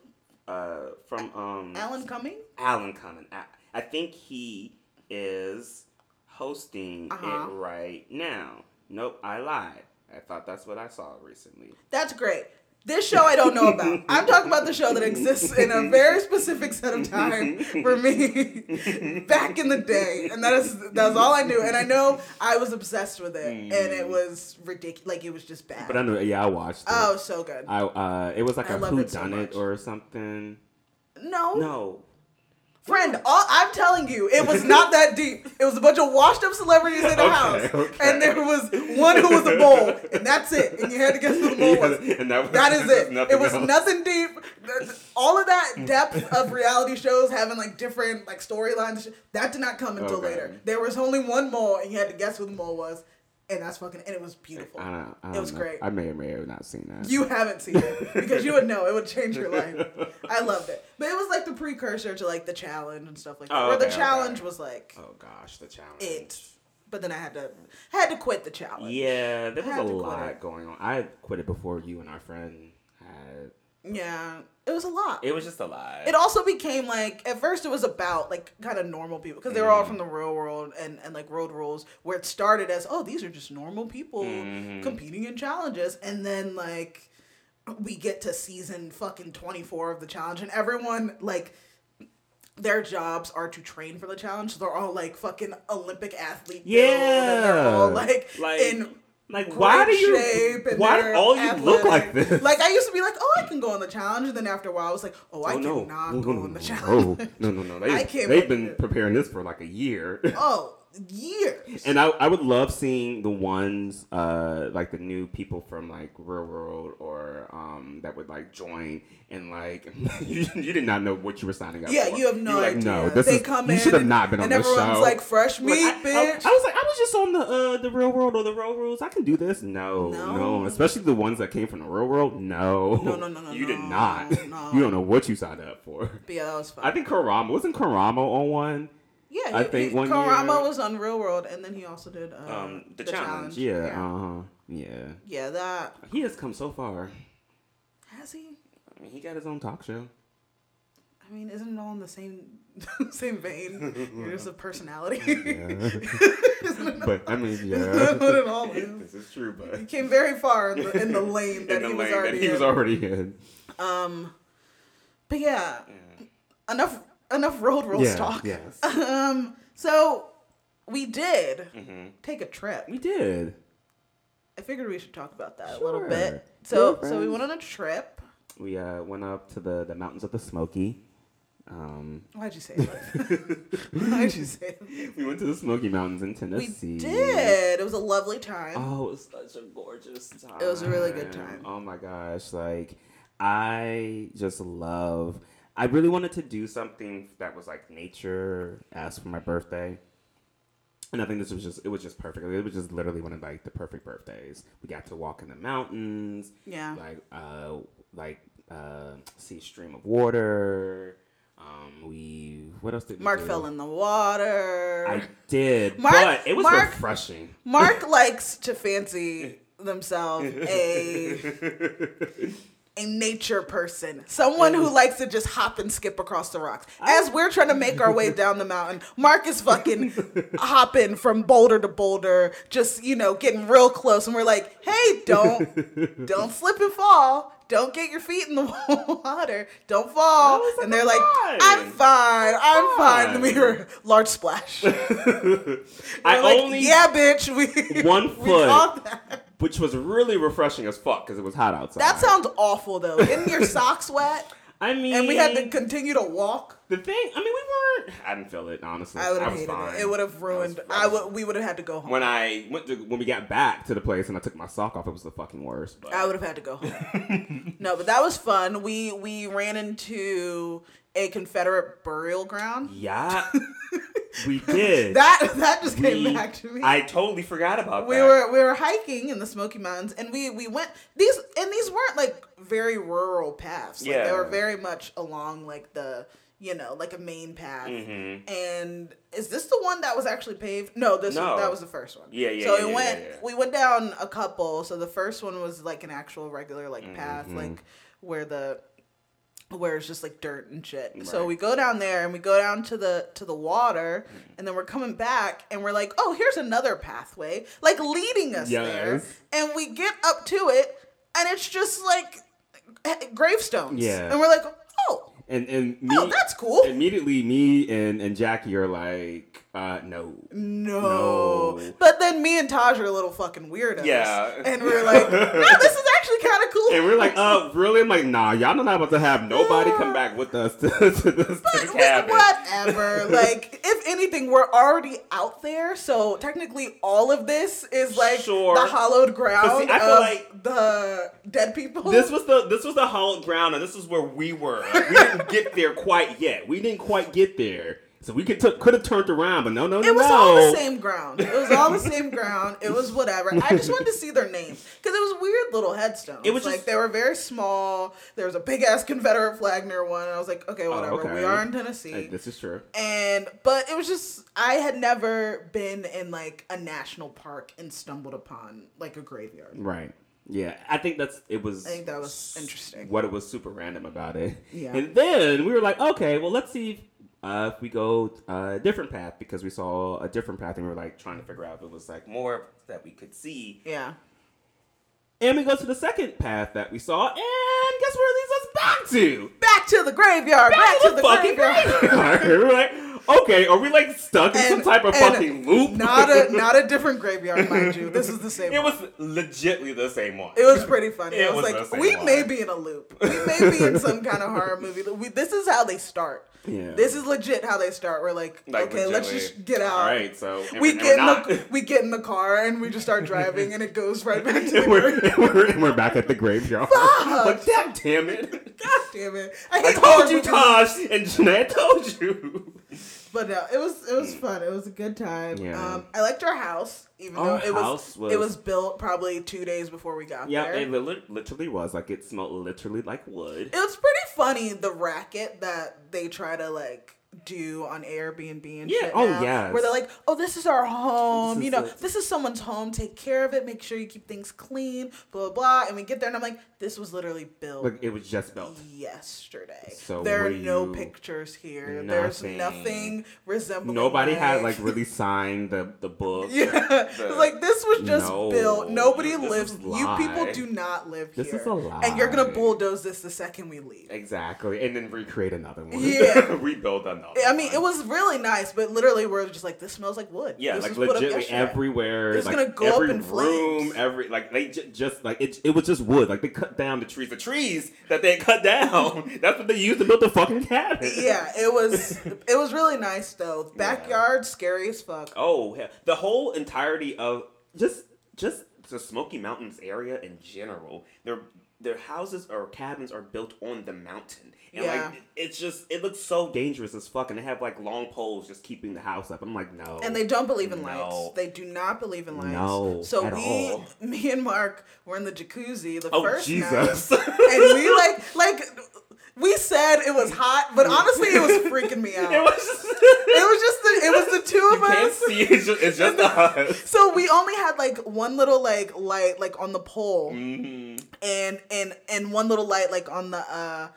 Speaker 3: Uh, from um
Speaker 1: Alan Cumming.
Speaker 3: Alan Cumming. I, I think he is hosting
Speaker 1: Uh-huh.
Speaker 3: it right now. Nope, I lied. I thought that's what I saw recently.
Speaker 1: That's great. This show I don't know about. I'm talking about the show that exists in a very specific set of time for me back in the day. And that is that's all I knew. And I know I was obsessed with it. And it was ridiculous. Like it was just bad.
Speaker 3: Mm. But I know. Yeah, I watched. It.
Speaker 1: oh, so good.
Speaker 3: I uh, it was like
Speaker 1: I
Speaker 3: a
Speaker 1: love
Speaker 3: who
Speaker 1: it so
Speaker 3: done it
Speaker 1: much.
Speaker 3: or something.
Speaker 1: no.
Speaker 3: No,
Speaker 1: Friend, all I'm telling you, it was not that deep. It was a bunch of washed up celebrities in a
Speaker 3: Okay,
Speaker 1: house,
Speaker 3: okay.
Speaker 1: and there was one who was a mole, and that's it. And you had to guess who the mole was.
Speaker 3: and that was
Speaker 1: That is it.
Speaker 3: nothing
Speaker 1: It was
Speaker 3: else.
Speaker 1: nothing deep. Th- All of that depth of reality shows having like different like storylines that did not come until
Speaker 3: Okay.
Speaker 1: later. There was only one mole, and you had to guess who the mole was, and that's fucking and it was beautiful.
Speaker 3: I don't, I
Speaker 1: It
Speaker 3: don't
Speaker 1: was
Speaker 3: know.
Speaker 1: great.
Speaker 3: I may or may have not seen that.
Speaker 1: You haven't seen it because you would know. It would change your life. I loved it, but it was like the precursor to like the challenge and stuff like that.
Speaker 3: Oh,
Speaker 1: where the
Speaker 3: okay, okay.
Speaker 1: challenge was like
Speaker 3: Oh gosh, the challenge.
Speaker 1: it, but then I had to had to quit the challenge.
Speaker 3: Yeah, there
Speaker 1: I
Speaker 3: was
Speaker 1: had
Speaker 3: a
Speaker 1: to quit
Speaker 3: lot
Speaker 1: it.
Speaker 3: going on. I quit it before you and our friend had.
Speaker 1: Yeah, it was a lot.
Speaker 3: It was just a lot.
Speaker 1: It also became like at first it was about like kind of normal people because they were all from the real world and and like road rules where it started as oh these are just normal people competing in challenges and then like we get to season fucking 24 of the challenge and everyone like their jobs are to train for the challenge so they're all like fucking olympic athlete build, and they're
Speaker 3: Yeah.
Speaker 1: all like,
Speaker 3: Like-
Speaker 1: in
Speaker 3: Like, why do
Speaker 1: great
Speaker 3: you?
Speaker 1: shape and
Speaker 3: Why do
Speaker 1: they're
Speaker 3: all you look like
Speaker 1: athletic.
Speaker 3: this?
Speaker 1: Like I used to be like, oh, I can go on the challenge, and then after a while, I was like, oh,
Speaker 3: Oh,
Speaker 1: I can
Speaker 3: no.
Speaker 1: cannot
Speaker 3: no,
Speaker 1: go
Speaker 3: no,
Speaker 1: on the
Speaker 3: no,
Speaker 1: challenge.
Speaker 3: No, no, no. no. They,
Speaker 1: I can't
Speaker 3: they've
Speaker 1: believe
Speaker 3: been
Speaker 1: it.
Speaker 3: preparing this for like a year.
Speaker 1: Oh, years.
Speaker 3: And I, I would love seeing the ones uh, like the new people from like Real World or um, that would like join and like you, you did not know what you were signing up
Speaker 1: yeah,
Speaker 3: for.
Speaker 1: you have no
Speaker 3: were like,
Speaker 1: idea.
Speaker 3: No, this
Speaker 1: they
Speaker 3: is
Speaker 1: come
Speaker 3: you
Speaker 1: in,
Speaker 3: should have
Speaker 1: and-
Speaker 3: not been on
Speaker 1: and
Speaker 3: this show.
Speaker 1: everyone's like, fresh meat,
Speaker 3: Like, I, I-
Speaker 1: bitch.
Speaker 3: I was like, I was just on the uh, the Real World or the Real Rules. I can do this. No, no,
Speaker 1: No.
Speaker 3: especially the ones that came from the Real World. No,
Speaker 1: No, no, no, no,
Speaker 3: You did
Speaker 1: no,
Speaker 3: not.
Speaker 1: no.
Speaker 3: You don't know what you signed up for.
Speaker 1: but yeah, that was fun.
Speaker 3: I think Karamo wasn't Karamo on one.
Speaker 1: yeah,
Speaker 3: I
Speaker 1: he-
Speaker 3: think
Speaker 1: he-
Speaker 3: one
Speaker 1: Karamo
Speaker 3: year-
Speaker 1: was on Real World, and then he also did um,
Speaker 2: Um, the
Speaker 1: the, challenge.
Speaker 2: challenge,
Speaker 3: Yeah, uh huh. Yeah,
Speaker 1: Yeah, that
Speaker 3: he has come so far.
Speaker 1: has he.
Speaker 3: I mean, he got his own talk show.
Speaker 1: I mean, isn't it all in the same same vein? You're just a personality. Isn't
Speaker 3: But I mean,
Speaker 1: that
Speaker 3: yeah,
Speaker 1: what it all is?
Speaker 3: this is true. But
Speaker 1: He came very far in the, in the lane that
Speaker 2: the
Speaker 1: he was
Speaker 2: lane that
Speaker 1: already
Speaker 3: he was
Speaker 1: in.
Speaker 3: already in.
Speaker 1: Um, but yeah, enough enough road rules
Speaker 3: Yeah,
Speaker 1: talk.
Speaker 3: yes.
Speaker 1: Um, so we did take a trip.
Speaker 3: We did.
Speaker 1: I figured we should talk about that a little
Speaker 3: Sure.
Speaker 1: bit. So
Speaker 3: Yeah,
Speaker 1: so we
Speaker 3: friends.
Speaker 1: went on a trip.
Speaker 3: We uh, went up to the the mountains of the Smoky. Um,
Speaker 1: Why'd you say that? Why'd you say that?
Speaker 3: we went to the Smoky Mountains in
Speaker 1: We
Speaker 3: Tennessee.
Speaker 1: did. It was a lovely time.
Speaker 3: Oh, it was such a gorgeous time.
Speaker 1: was a really good time.
Speaker 3: Oh my gosh, like I just love. I really wanted to do something that was like nature as for my birthday. And I think this was just it was just perfect. It was just literally one of like the perfect birthdays. We got to walk in the mountains,
Speaker 1: Yeah.
Speaker 3: like uh like uh see a stream of water. Um we what else did we
Speaker 1: Mark
Speaker 3: do?
Speaker 1: fell in the water.
Speaker 3: I did,
Speaker 1: Mark-
Speaker 3: but it was
Speaker 1: Mark-
Speaker 3: refreshing.
Speaker 1: Mark likes to fancy themselves a a nature person, someone who likes to just hop and skip across the rocks. As we're trying to make our way down the mountain, Mark is fucking hopping from boulder to boulder, just you know, getting real close, and we're like, "Hey, don't don't slip and fall." Don't get your feet in the water. Don't fall.
Speaker 3: was
Speaker 1: And
Speaker 3: like,
Speaker 1: they're like,
Speaker 3: "I'm
Speaker 1: I'm fine. I'm fine.
Speaker 3: fine."
Speaker 1: And we were large splash.
Speaker 3: I
Speaker 1: We're like,
Speaker 3: only
Speaker 1: yeah, bitch. We
Speaker 3: One
Speaker 1: we
Speaker 3: foot.
Speaker 1: called that.
Speaker 3: which was really refreshing as fuck because it was hot outside.
Speaker 1: That sounds awful though. Getting your socks wet,
Speaker 3: I mean,
Speaker 1: and we had to continue to walk.
Speaker 3: the thing. I mean, we weren't. I didn't feel it honestly.
Speaker 1: I would have
Speaker 3: was
Speaker 1: hated
Speaker 3: fine.
Speaker 1: it. It would
Speaker 3: I
Speaker 1: have
Speaker 3: was-
Speaker 1: ruined.
Speaker 3: I
Speaker 1: I
Speaker 3: was-
Speaker 1: would. We would have had to go home.
Speaker 3: When I went to when we got back to the place and I took my sock off, it was the fucking worst. But
Speaker 1: I would have had to go home. no, but that was fun. We we ran into a Confederate burial ground.
Speaker 3: yeah, we did.
Speaker 1: That that just
Speaker 3: We-
Speaker 1: came back to me.
Speaker 2: I totally forgot about
Speaker 1: we
Speaker 2: that.
Speaker 1: were we were hiking in the Smoky Mountains, and we we went these and these weren't like very rural paths. Like, they
Speaker 2: Yeah.
Speaker 1: were very much along like the you know like a main path.
Speaker 2: Mm-hmm.
Speaker 3: Mm-hmm.
Speaker 1: And is this the one that was actually paved? No, this
Speaker 2: No.
Speaker 1: One, that was the first one.
Speaker 2: Yeah, yeah,
Speaker 1: So
Speaker 2: yeah,
Speaker 1: we
Speaker 2: yeah,
Speaker 1: went
Speaker 2: yeah, yeah.
Speaker 1: we went down a couple. So the first one was like an actual regular like path,
Speaker 2: Mm-hmm.
Speaker 1: like where the where it's just like dirt and shit. So
Speaker 3: Right.
Speaker 1: we go down there and we go down to the to the water
Speaker 2: Mm.
Speaker 1: and then we're coming back and we're like, "Oh, here's another pathway." Like leading us there.
Speaker 3: Yes.
Speaker 1: And we get up to it and it's just like eh, gravestones.
Speaker 3: Yeah.
Speaker 1: And we're like, "Oh,
Speaker 3: and and me,
Speaker 1: oh, that's cool."
Speaker 3: immediately me and and Jackie are like, uh, no,
Speaker 1: No.
Speaker 3: No.
Speaker 1: But then me and Taj are a little fucking weirdos.
Speaker 2: Yeah.
Speaker 1: And we're like, no, this is actually kind of cool.
Speaker 3: and we're like, uh, really? I'm like, nah, y'all not about to have nobody come back with us to, to this.
Speaker 1: But we-
Speaker 2: cabin.
Speaker 1: whatever. like, if anything, we're already out there, so technically, all of this is like
Speaker 2: Sure.
Speaker 1: the hollowed
Speaker 2: But
Speaker 1: ground
Speaker 2: see, I feel
Speaker 1: of
Speaker 2: like-
Speaker 1: the dead people.
Speaker 2: This was the this was the hollow ground, and this is where we were. Like, we didn't get there quite yet.
Speaker 3: we didn't quite get there, so we could took could have turned around, but no, no, no.
Speaker 1: It was all
Speaker 3: no.
Speaker 1: the same ground. It was all the same ground. It was whatever. I just wanted to see their names because it was weird little headstones. It
Speaker 2: It
Speaker 1: was
Speaker 2: was
Speaker 1: like
Speaker 2: just-
Speaker 1: they were very small. There was a big ass Confederate flag near one, and I was like, okay, whatever.
Speaker 3: okay.
Speaker 1: We are in Tennessee.
Speaker 3: Hey, this is true.
Speaker 1: and but it was just I had never been in like a national park and stumbled upon like a graveyard.
Speaker 3: Right. Yeah, I think that's it was.
Speaker 1: I think that was interesting.
Speaker 3: What it was super random about it.
Speaker 1: Yeah.
Speaker 3: And then we were like, okay, well, let's see if, uh, if we go uh, a different path because we saw a different path and we were like trying to figure out if it was like more that we could see.
Speaker 1: Yeah.
Speaker 3: And we go to the second path that we saw, and guess where it leads us back to?
Speaker 1: Back to the graveyard. Back, to the,
Speaker 3: fucking
Speaker 1: graveyard.
Speaker 3: graveyard. we were like, okay, are we like stuck in some type of
Speaker 1: and
Speaker 3: fucking loop?
Speaker 1: Not a not a different graveyard, mind you. This is the same.
Speaker 2: It
Speaker 1: one.
Speaker 2: was legitly the same one.
Speaker 1: It was pretty funny.
Speaker 2: It
Speaker 1: I was,
Speaker 2: was the
Speaker 1: like,
Speaker 2: same
Speaker 1: we
Speaker 2: one.
Speaker 1: may be in a loop. We may be in some kind of horror movie. We, this is how they start.
Speaker 3: Yeah.
Speaker 1: This is legit how they start. We're like,
Speaker 2: Like,
Speaker 1: okay, let's
Speaker 2: legitly.
Speaker 1: just get out.
Speaker 2: All right, so and
Speaker 1: We
Speaker 2: and
Speaker 1: get in
Speaker 2: we're not.
Speaker 1: the we get in the car and we just start driving and it goes right back to the
Speaker 3: and we're, and we're, and we're back at the graveyard.
Speaker 1: Fuck!
Speaker 3: Like, God damn it.
Speaker 1: God damn it! I,
Speaker 3: I
Speaker 1: hate horror
Speaker 3: told you,
Speaker 1: movies.
Speaker 3: Taj, and Jeanette told you.
Speaker 1: But no, it was it was fun. It was a good time.
Speaker 3: Yeah.
Speaker 1: Um, I liked our house, even
Speaker 3: Our
Speaker 1: though it
Speaker 3: house
Speaker 1: was
Speaker 3: was-
Speaker 1: it was built probably two days before we got
Speaker 3: Yeah,
Speaker 1: there.
Speaker 3: it li- literally was. Like, it smelled literally like wood.
Speaker 1: It was pretty funny the racket that they try to like do on Airbnb and
Speaker 3: Yeah,
Speaker 1: shit.
Speaker 3: oh,
Speaker 1: now,
Speaker 3: yes.
Speaker 1: Where they're like, oh, this is our home.
Speaker 3: This is
Speaker 1: you know,
Speaker 3: it.
Speaker 1: this is someone's home. Take care of it. Make sure you keep things clean. Blah blah. blah. And we get there, and I'm like, this was literally built.
Speaker 3: Like, it was just built.
Speaker 1: Yesterday,
Speaker 3: So
Speaker 1: there
Speaker 3: were
Speaker 1: are no
Speaker 3: you-
Speaker 1: pictures here. There's
Speaker 3: Nothing.
Speaker 1: nothing resembling.
Speaker 3: Nobody had,
Speaker 1: life.
Speaker 3: like, really signed the, the book.
Speaker 1: Yeah,
Speaker 2: The-
Speaker 1: like this was just
Speaker 3: No,
Speaker 1: built. Nobody
Speaker 3: this is
Speaker 1: lives. You
Speaker 3: lie.
Speaker 1: people do not live
Speaker 3: This
Speaker 1: here.
Speaker 3: is a lie.
Speaker 1: And you're gonna bulldoze this the second we leave.
Speaker 3: Exactly. And then recreate another one.
Speaker 1: Yeah.
Speaker 2: rebuild another.
Speaker 1: I mean, it
Speaker 2: one.
Speaker 1: was really nice, but literally, we're just like, this smells like wood.
Speaker 2: Yeah,
Speaker 1: this
Speaker 2: like
Speaker 1: was put up
Speaker 2: legitly
Speaker 1: yesterday.
Speaker 3: everywhere.
Speaker 1: It's
Speaker 3: like,
Speaker 1: gonna go up
Speaker 3: every
Speaker 1: in
Speaker 3: room,
Speaker 1: flames.
Speaker 3: every like they j- just like it. It was just wood. Like they cut down the trees. The trees that they cut down. that's what they used to build the fucking cabin.
Speaker 1: Yeah, it was. it was really nice though. Backyard, scary as fuck.
Speaker 2: Oh, hell. the whole entirety of
Speaker 3: Just just
Speaker 2: the Smoky Mountains area in general, their their houses or cabins are built on the mountain, and
Speaker 1: Yeah.
Speaker 2: like it- it's just it looks so dangerous as fuck. And they have like long poles just keeping the house up. I'm like, no.
Speaker 1: And they don't believe in
Speaker 2: No.
Speaker 1: lights. They do not believe in lights.
Speaker 3: No,
Speaker 1: so
Speaker 3: at
Speaker 1: we,
Speaker 3: all.
Speaker 1: me and Mark, were in the jacuzzi the
Speaker 2: oh
Speaker 1: first night.
Speaker 2: Jesus.
Speaker 1: and we like like we said it was hot, but honestly, it was freaking me out.
Speaker 2: It
Speaker 1: It
Speaker 2: was
Speaker 1: was,
Speaker 2: just.
Speaker 1: just the it was the two of
Speaker 2: you can't
Speaker 1: us.
Speaker 2: see. It's just, it's just us.
Speaker 1: So we only had like one little like light like on the pole,
Speaker 2: Mhm.
Speaker 1: and and and one little light like on the uh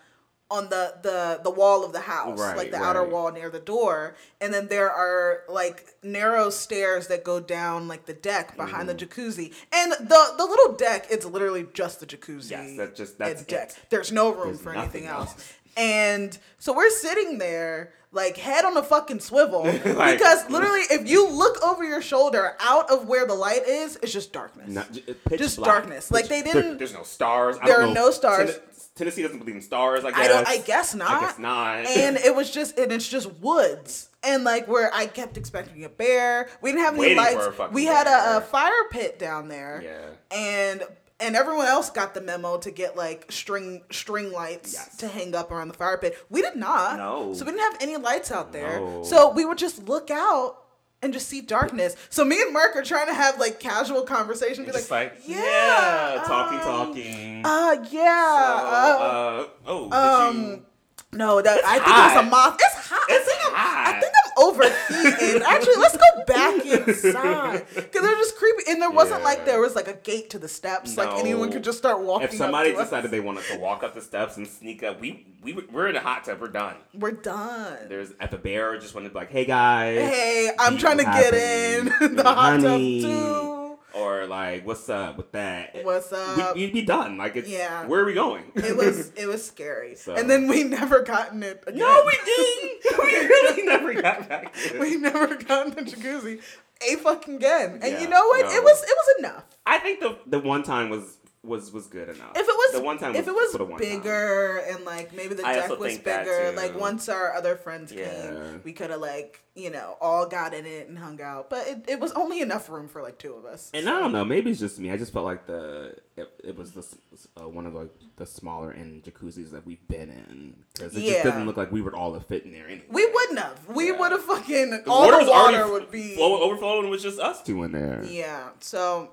Speaker 1: on the the the wall of the house,
Speaker 3: Right,
Speaker 1: like the outer
Speaker 3: right.
Speaker 1: wall near the door, and then there are like narrow stairs that go down like the deck behind the
Speaker 2: Mm-hmm.
Speaker 1: jacuzzi, and the the little deck. It's literally just the jacuzzi.
Speaker 2: Yes, that's just-
Speaker 1: and
Speaker 2: that's
Speaker 1: deck.
Speaker 2: it.
Speaker 1: There's no room
Speaker 2: There's
Speaker 1: for
Speaker 2: nothing
Speaker 1: anything else.
Speaker 2: else.
Speaker 1: And so we're sitting there, like head on a fucking swivel,
Speaker 2: Like-
Speaker 1: because literally, if you look over your shoulder out of where the light is, it's just darkness.
Speaker 3: not, j- pitch
Speaker 1: just
Speaker 3: black.
Speaker 1: darkness. Like they
Speaker 3: Pitch-
Speaker 1: didn't.
Speaker 2: There's no stars. I
Speaker 1: There
Speaker 2: don't
Speaker 1: are
Speaker 2: know.
Speaker 1: no stars.
Speaker 2: Tenn- Tennessee doesn't believe in stars. I guess.
Speaker 1: I don't. I guess not.
Speaker 2: I guess not.
Speaker 1: and it was just, and it's just woods, and like where I kept expecting a bear. We didn't have any
Speaker 2: Waiting for
Speaker 1: lights.
Speaker 2: a fucking
Speaker 1: We had a, a
Speaker 2: bear.
Speaker 1: fire pit down there.
Speaker 2: yeah.
Speaker 1: and and everyone else got the memo to get like string string lights
Speaker 2: Yes.
Speaker 1: to hang up around the fire pit. We did not.
Speaker 2: No.
Speaker 1: So we didn't have any lights out there.
Speaker 3: No.
Speaker 1: So we would just look out and just see darkness. So me and Mark are trying to have like casual conversation, be like,
Speaker 2: Just like
Speaker 1: yeah,
Speaker 2: talking,
Speaker 1: um,
Speaker 2: talking.
Speaker 1: Uh yeah. uh,
Speaker 2: uh, oh, did you?
Speaker 1: um no, that I think it was a
Speaker 2: hot.
Speaker 1: moth. It's hot. I
Speaker 2: It's
Speaker 1: think I'm- I
Speaker 2: hot.
Speaker 1: think I'm overheated. Actually, let's go back inside because they're just creepy. And there wasn't
Speaker 3: Yeah.
Speaker 1: like there was like a gate to the steps. Like
Speaker 2: No.
Speaker 1: anyone could just start walking.
Speaker 2: If somebody
Speaker 1: up to us.
Speaker 2: decided they wanted to walk up the steps and sneak up, we we would- we're in a hot tub. We're done.
Speaker 1: we're done.
Speaker 2: There's if a bear just wanted to be like, hey,
Speaker 3: Hey guys.
Speaker 1: Hey, I'm
Speaker 3: you
Speaker 1: trying to
Speaker 3: have
Speaker 1: get
Speaker 3: any
Speaker 1: in the hot tub
Speaker 3: honey?
Speaker 1: too.
Speaker 2: or like, what's up with that?
Speaker 1: What's up?
Speaker 2: Eh, We, would be done. Like, it's,
Speaker 1: Yeah.
Speaker 2: Where are we going?
Speaker 1: It was it was scary.
Speaker 3: So-
Speaker 1: And then we never gotten it. Again.
Speaker 2: no, we didn't. we really never got back. in.
Speaker 1: we never gotten the jacuzzi a fucking again. And
Speaker 2: Yeah,
Speaker 1: you know what?
Speaker 3: no.
Speaker 1: It was it was enough.
Speaker 3: I think the the one time was was was good enough.
Speaker 1: If it was
Speaker 3: the one time,
Speaker 1: if it
Speaker 3: for the
Speaker 1: was
Speaker 3: one time.
Speaker 1: bigger and like maybe the
Speaker 2: I
Speaker 1: deck
Speaker 2: also
Speaker 1: was
Speaker 2: think that
Speaker 1: bigger,
Speaker 2: too.
Speaker 1: like once our other friends
Speaker 2: Yeah.
Speaker 1: came, we could have like you know all got in it and hung out. But it, it was only enough room for like two of us.
Speaker 3: And I don't know, maybe it's just me. I just felt like the it, it was the s- uh, one of the, the smaller end jacuzzis that we've been in because it
Speaker 1: Yeah.
Speaker 3: just didn't look like we would all have fit in there anyway.
Speaker 1: we wouldn't have. We
Speaker 2: Yeah.
Speaker 1: would have fucking all the water would be
Speaker 2: flowing, overflowing with just us two.
Speaker 3: two in there.
Speaker 1: yeah. So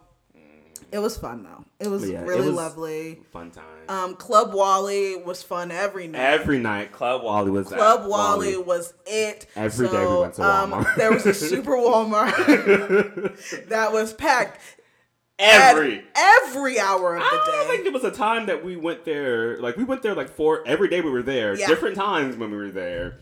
Speaker 1: it was fun though. It was
Speaker 3: Yeah, it
Speaker 1: really
Speaker 3: was-
Speaker 1: lovely.
Speaker 3: Fun time.
Speaker 1: Um, Club Wally was fun every night.
Speaker 3: Every night, Club Wally was at
Speaker 1: Club Wally, was it.
Speaker 3: Every
Speaker 1: Every
Speaker 3: day
Speaker 1: day
Speaker 3: we went to
Speaker 1: Um,
Speaker 3: Walmart.
Speaker 1: there was a super Walmart that was packed at
Speaker 2: Every.
Speaker 1: every hour of
Speaker 3: I don't
Speaker 1: the
Speaker 3: think
Speaker 1: day.
Speaker 3: there was a time that we went there. Like we went there like four every day. We were there
Speaker 1: Yeah.
Speaker 3: different times when we were there.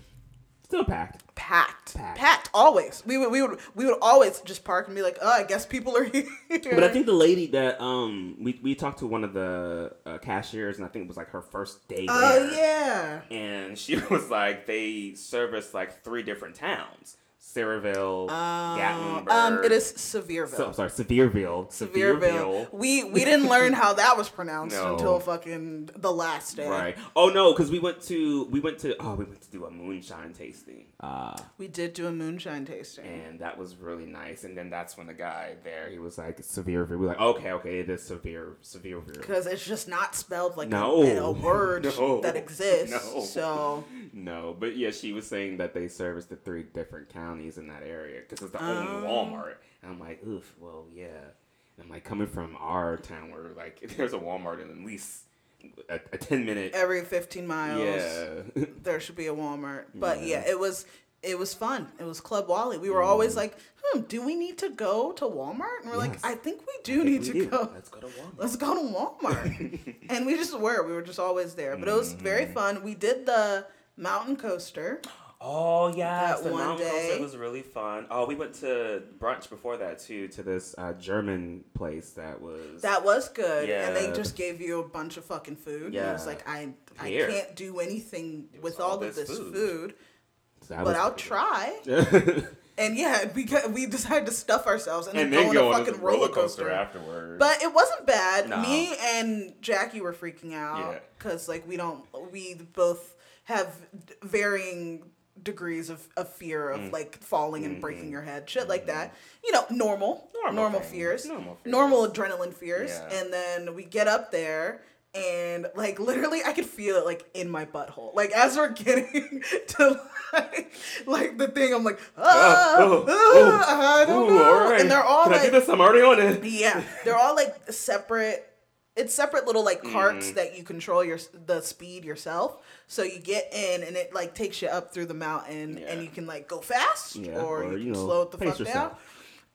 Speaker 3: Still packed.
Speaker 1: Packed, packed,
Speaker 3: Packed.
Speaker 1: packed always. We would we would we would always just park and be like, oh, I guess people are here.
Speaker 3: But I think the lady that um we, we talked to one of the uh, cashiers and I think it was like her first day.
Speaker 1: Oh
Speaker 3: there.
Speaker 1: yeah.
Speaker 2: and she was like, they service like three different towns: Sayreville,
Speaker 1: Um,
Speaker 2: Gatlinburg.
Speaker 1: um, it is Sevierville.
Speaker 3: So, I'm sorry, Sevierville.
Speaker 1: Sevierville. We we didn't learn how that was pronounced
Speaker 3: No.
Speaker 1: until fucking the last day.
Speaker 3: Right. Oh no, because we went to we went to oh we went to do a moonshine tasting. Uh,
Speaker 1: We did do a moonshine tasting.
Speaker 3: and that was really nice. And then that's when the guy there he was like severe. We were like okay, okay, it is severe, severe.
Speaker 1: because it's just not spelled like a-
Speaker 3: No.
Speaker 1: a, word
Speaker 2: No.
Speaker 1: that exists.
Speaker 2: No.
Speaker 1: So
Speaker 3: No, but yeah, she was saying that they service the three different counties in that area because it's the
Speaker 1: Oh.
Speaker 3: only Walmart. And I'm like, oof, well, yeah. And I'm like, coming from our town where like there's a Walmart in at least a, a ten minute.
Speaker 1: every 15 miles,
Speaker 3: Yeah,
Speaker 1: there should be a Walmart. But yeah. it was it was fun. It was Club Wally. We were always like, hmm, do we need to go to Walmart? And we're
Speaker 3: Yes.
Speaker 1: like, I think we do need
Speaker 3: We
Speaker 1: to
Speaker 3: do.
Speaker 1: go.
Speaker 3: Let's go to Walmart.
Speaker 1: Let's go to Walmart. and we just were. We were just always there. But it was very fun. We did the mountain coaster.
Speaker 2: Oh yeah,
Speaker 1: That
Speaker 2: the
Speaker 1: one
Speaker 2: mountain
Speaker 1: day.
Speaker 2: coaster was really fun. Oh, we went to brunch before that too.
Speaker 3: to this uh, German place that was
Speaker 1: That was good. And they
Speaker 3: Yeah.
Speaker 1: just gave you a bunch of fucking food. And I was
Speaker 3: Yeah.
Speaker 1: like, I, I
Speaker 3: Here.
Speaker 1: can't do anything with
Speaker 2: all
Speaker 1: all, of
Speaker 2: this
Speaker 1: this
Speaker 2: food.
Speaker 1: food.
Speaker 3: that was
Speaker 1: but I'll try. And yeah, we got, we decided to stuff ourselves and,
Speaker 2: And
Speaker 1: then
Speaker 2: then
Speaker 1: go,
Speaker 2: go
Speaker 1: on a
Speaker 2: on this
Speaker 1: fucking roller coaster.
Speaker 2: afterwards.
Speaker 1: But it wasn't bad.
Speaker 2: No.
Speaker 1: Me and Jackie were freaking out
Speaker 2: Yeah.
Speaker 1: because like we don't we both have d- varying degrees of, of fear of
Speaker 2: Mm.
Speaker 1: like falling and breaking your head shit like that you know normal normal,
Speaker 2: Mm-hmm. Normal things.
Speaker 1: fears normal,
Speaker 2: Normal fears.
Speaker 1: adrenaline fears
Speaker 2: Yeah.
Speaker 1: and then we get up there and like literally i could feel it like in my butthole like as we're getting to like, like the thing i'm like ah,
Speaker 2: oh,
Speaker 1: ah, i don't
Speaker 2: Ooh,
Speaker 1: know
Speaker 2: all right.
Speaker 1: and they're all
Speaker 2: Can
Speaker 1: like
Speaker 2: I do this? I'm already on it.
Speaker 1: yeah, they're all like separate. It's separate little like carts that you control your the speed yourself. So you get in and it like takes you up through the mountain
Speaker 2: Yeah.
Speaker 1: and you can like go fast
Speaker 3: Yeah,
Speaker 1: or,
Speaker 3: or,
Speaker 1: you,
Speaker 3: you
Speaker 1: can
Speaker 3: know,
Speaker 1: slow it the
Speaker 3: pace
Speaker 1: fuck
Speaker 3: yourself.
Speaker 1: down.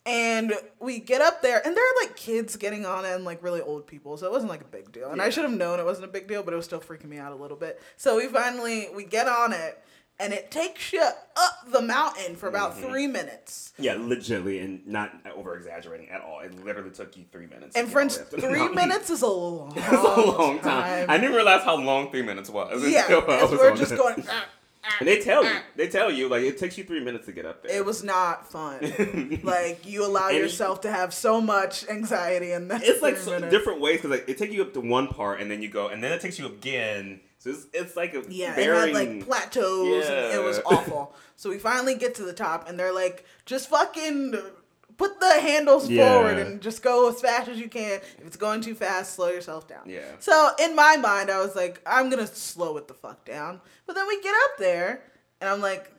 Speaker 1: And we get up there and there are like kids getting on it and like really old people. So it wasn't like a big deal. And I
Speaker 2: Yeah.
Speaker 1: should have known it wasn't a big deal, but it was still freaking me out a little bit. So we finally we get on it and it takes you up the mountain for about 3 minutes.
Speaker 2: Yeah, legitly, and not over exaggerating at all. It literally took you three minutes. to
Speaker 1: And
Speaker 2: get
Speaker 1: friends,
Speaker 2: all the way up to the
Speaker 1: three
Speaker 2: mountain.
Speaker 1: minutes is a long,
Speaker 2: It's a long time. I didn't realize how long three minutes was.
Speaker 1: yeah,
Speaker 2: until I
Speaker 1: as
Speaker 2: was
Speaker 1: we're
Speaker 2: on
Speaker 1: just
Speaker 2: it.
Speaker 1: going. "Ah."
Speaker 2: And they tell you, they tell you, like it takes you three minutes to get up there.
Speaker 1: It was not fun. like you allow
Speaker 2: And it-
Speaker 1: yourself to have so much anxiety, and that
Speaker 2: It's like
Speaker 1: three
Speaker 2: so
Speaker 1: minutes.
Speaker 2: different ways because like it takes you up to one part and then you go and then it takes you again. So it's, it's like a
Speaker 1: Yeah,
Speaker 2: varying.
Speaker 1: it had like plateaus, and it was
Speaker 2: Yeah.
Speaker 1: awful. so we finally get to the top, and they're like, "Just fucking." Put the handles
Speaker 3: Yeah.
Speaker 1: forward and just go as fast as you can. If it's going too fast, slow yourself down.
Speaker 2: Yeah.
Speaker 1: So in my mind, I was like, I'm gonna slow it the fuck down. But then we get up there, and I'm like,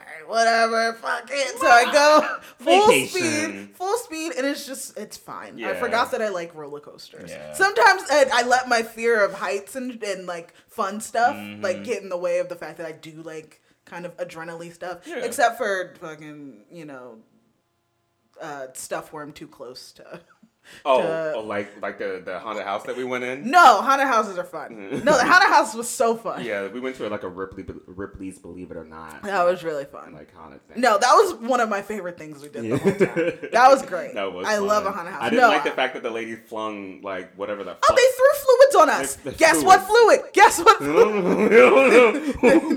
Speaker 1: Alright, whatever, fuck it. So I go full
Speaker 2: Vacation.
Speaker 1: speed, full speed, and it's just it's fine. I
Speaker 2: Yeah.
Speaker 1: forgot that I like roller coasters.
Speaker 2: Yeah.
Speaker 1: Sometimes I, I let my fear of heights and, and like fun stuff
Speaker 2: Mm-hmm.
Speaker 1: like get in the way of the fact that I do like kind of adrenaline stuff.
Speaker 2: Yeah.
Speaker 1: Except for fucking you know uh, stuff where I'm too close to.
Speaker 2: oh, oh, like like the the haunted house that we went in.
Speaker 1: No, haunted houses are fun. No, the haunted house was so fun.
Speaker 2: Yeah, we went to
Speaker 3: to like a Ripley, Ripley's Believe It or Not.
Speaker 1: That was really fun.
Speaker 3: like haunted thing.
Speaker 1: No, that was one of my favorite things we did the
Speaker 3: Yeah.
Speaker 1: whole time. That was great.
Speaker 2: that was.
Speaker 1: I love a
Speaker 2: fun.
Speaker 1: haunted house.
Speaker 2: I didn't
Speaker 1: no,
Speaker 2: like the fact that the lady flung like whatever the.
Speaker 1: Oh, they threw fluids on us.
Speaker 3: They- they
Speaker 1: Guess
Speaker 3: threw
Speaker 1: what
Speaker 3: us.
Speaker 1: fluid? Guess what fluid?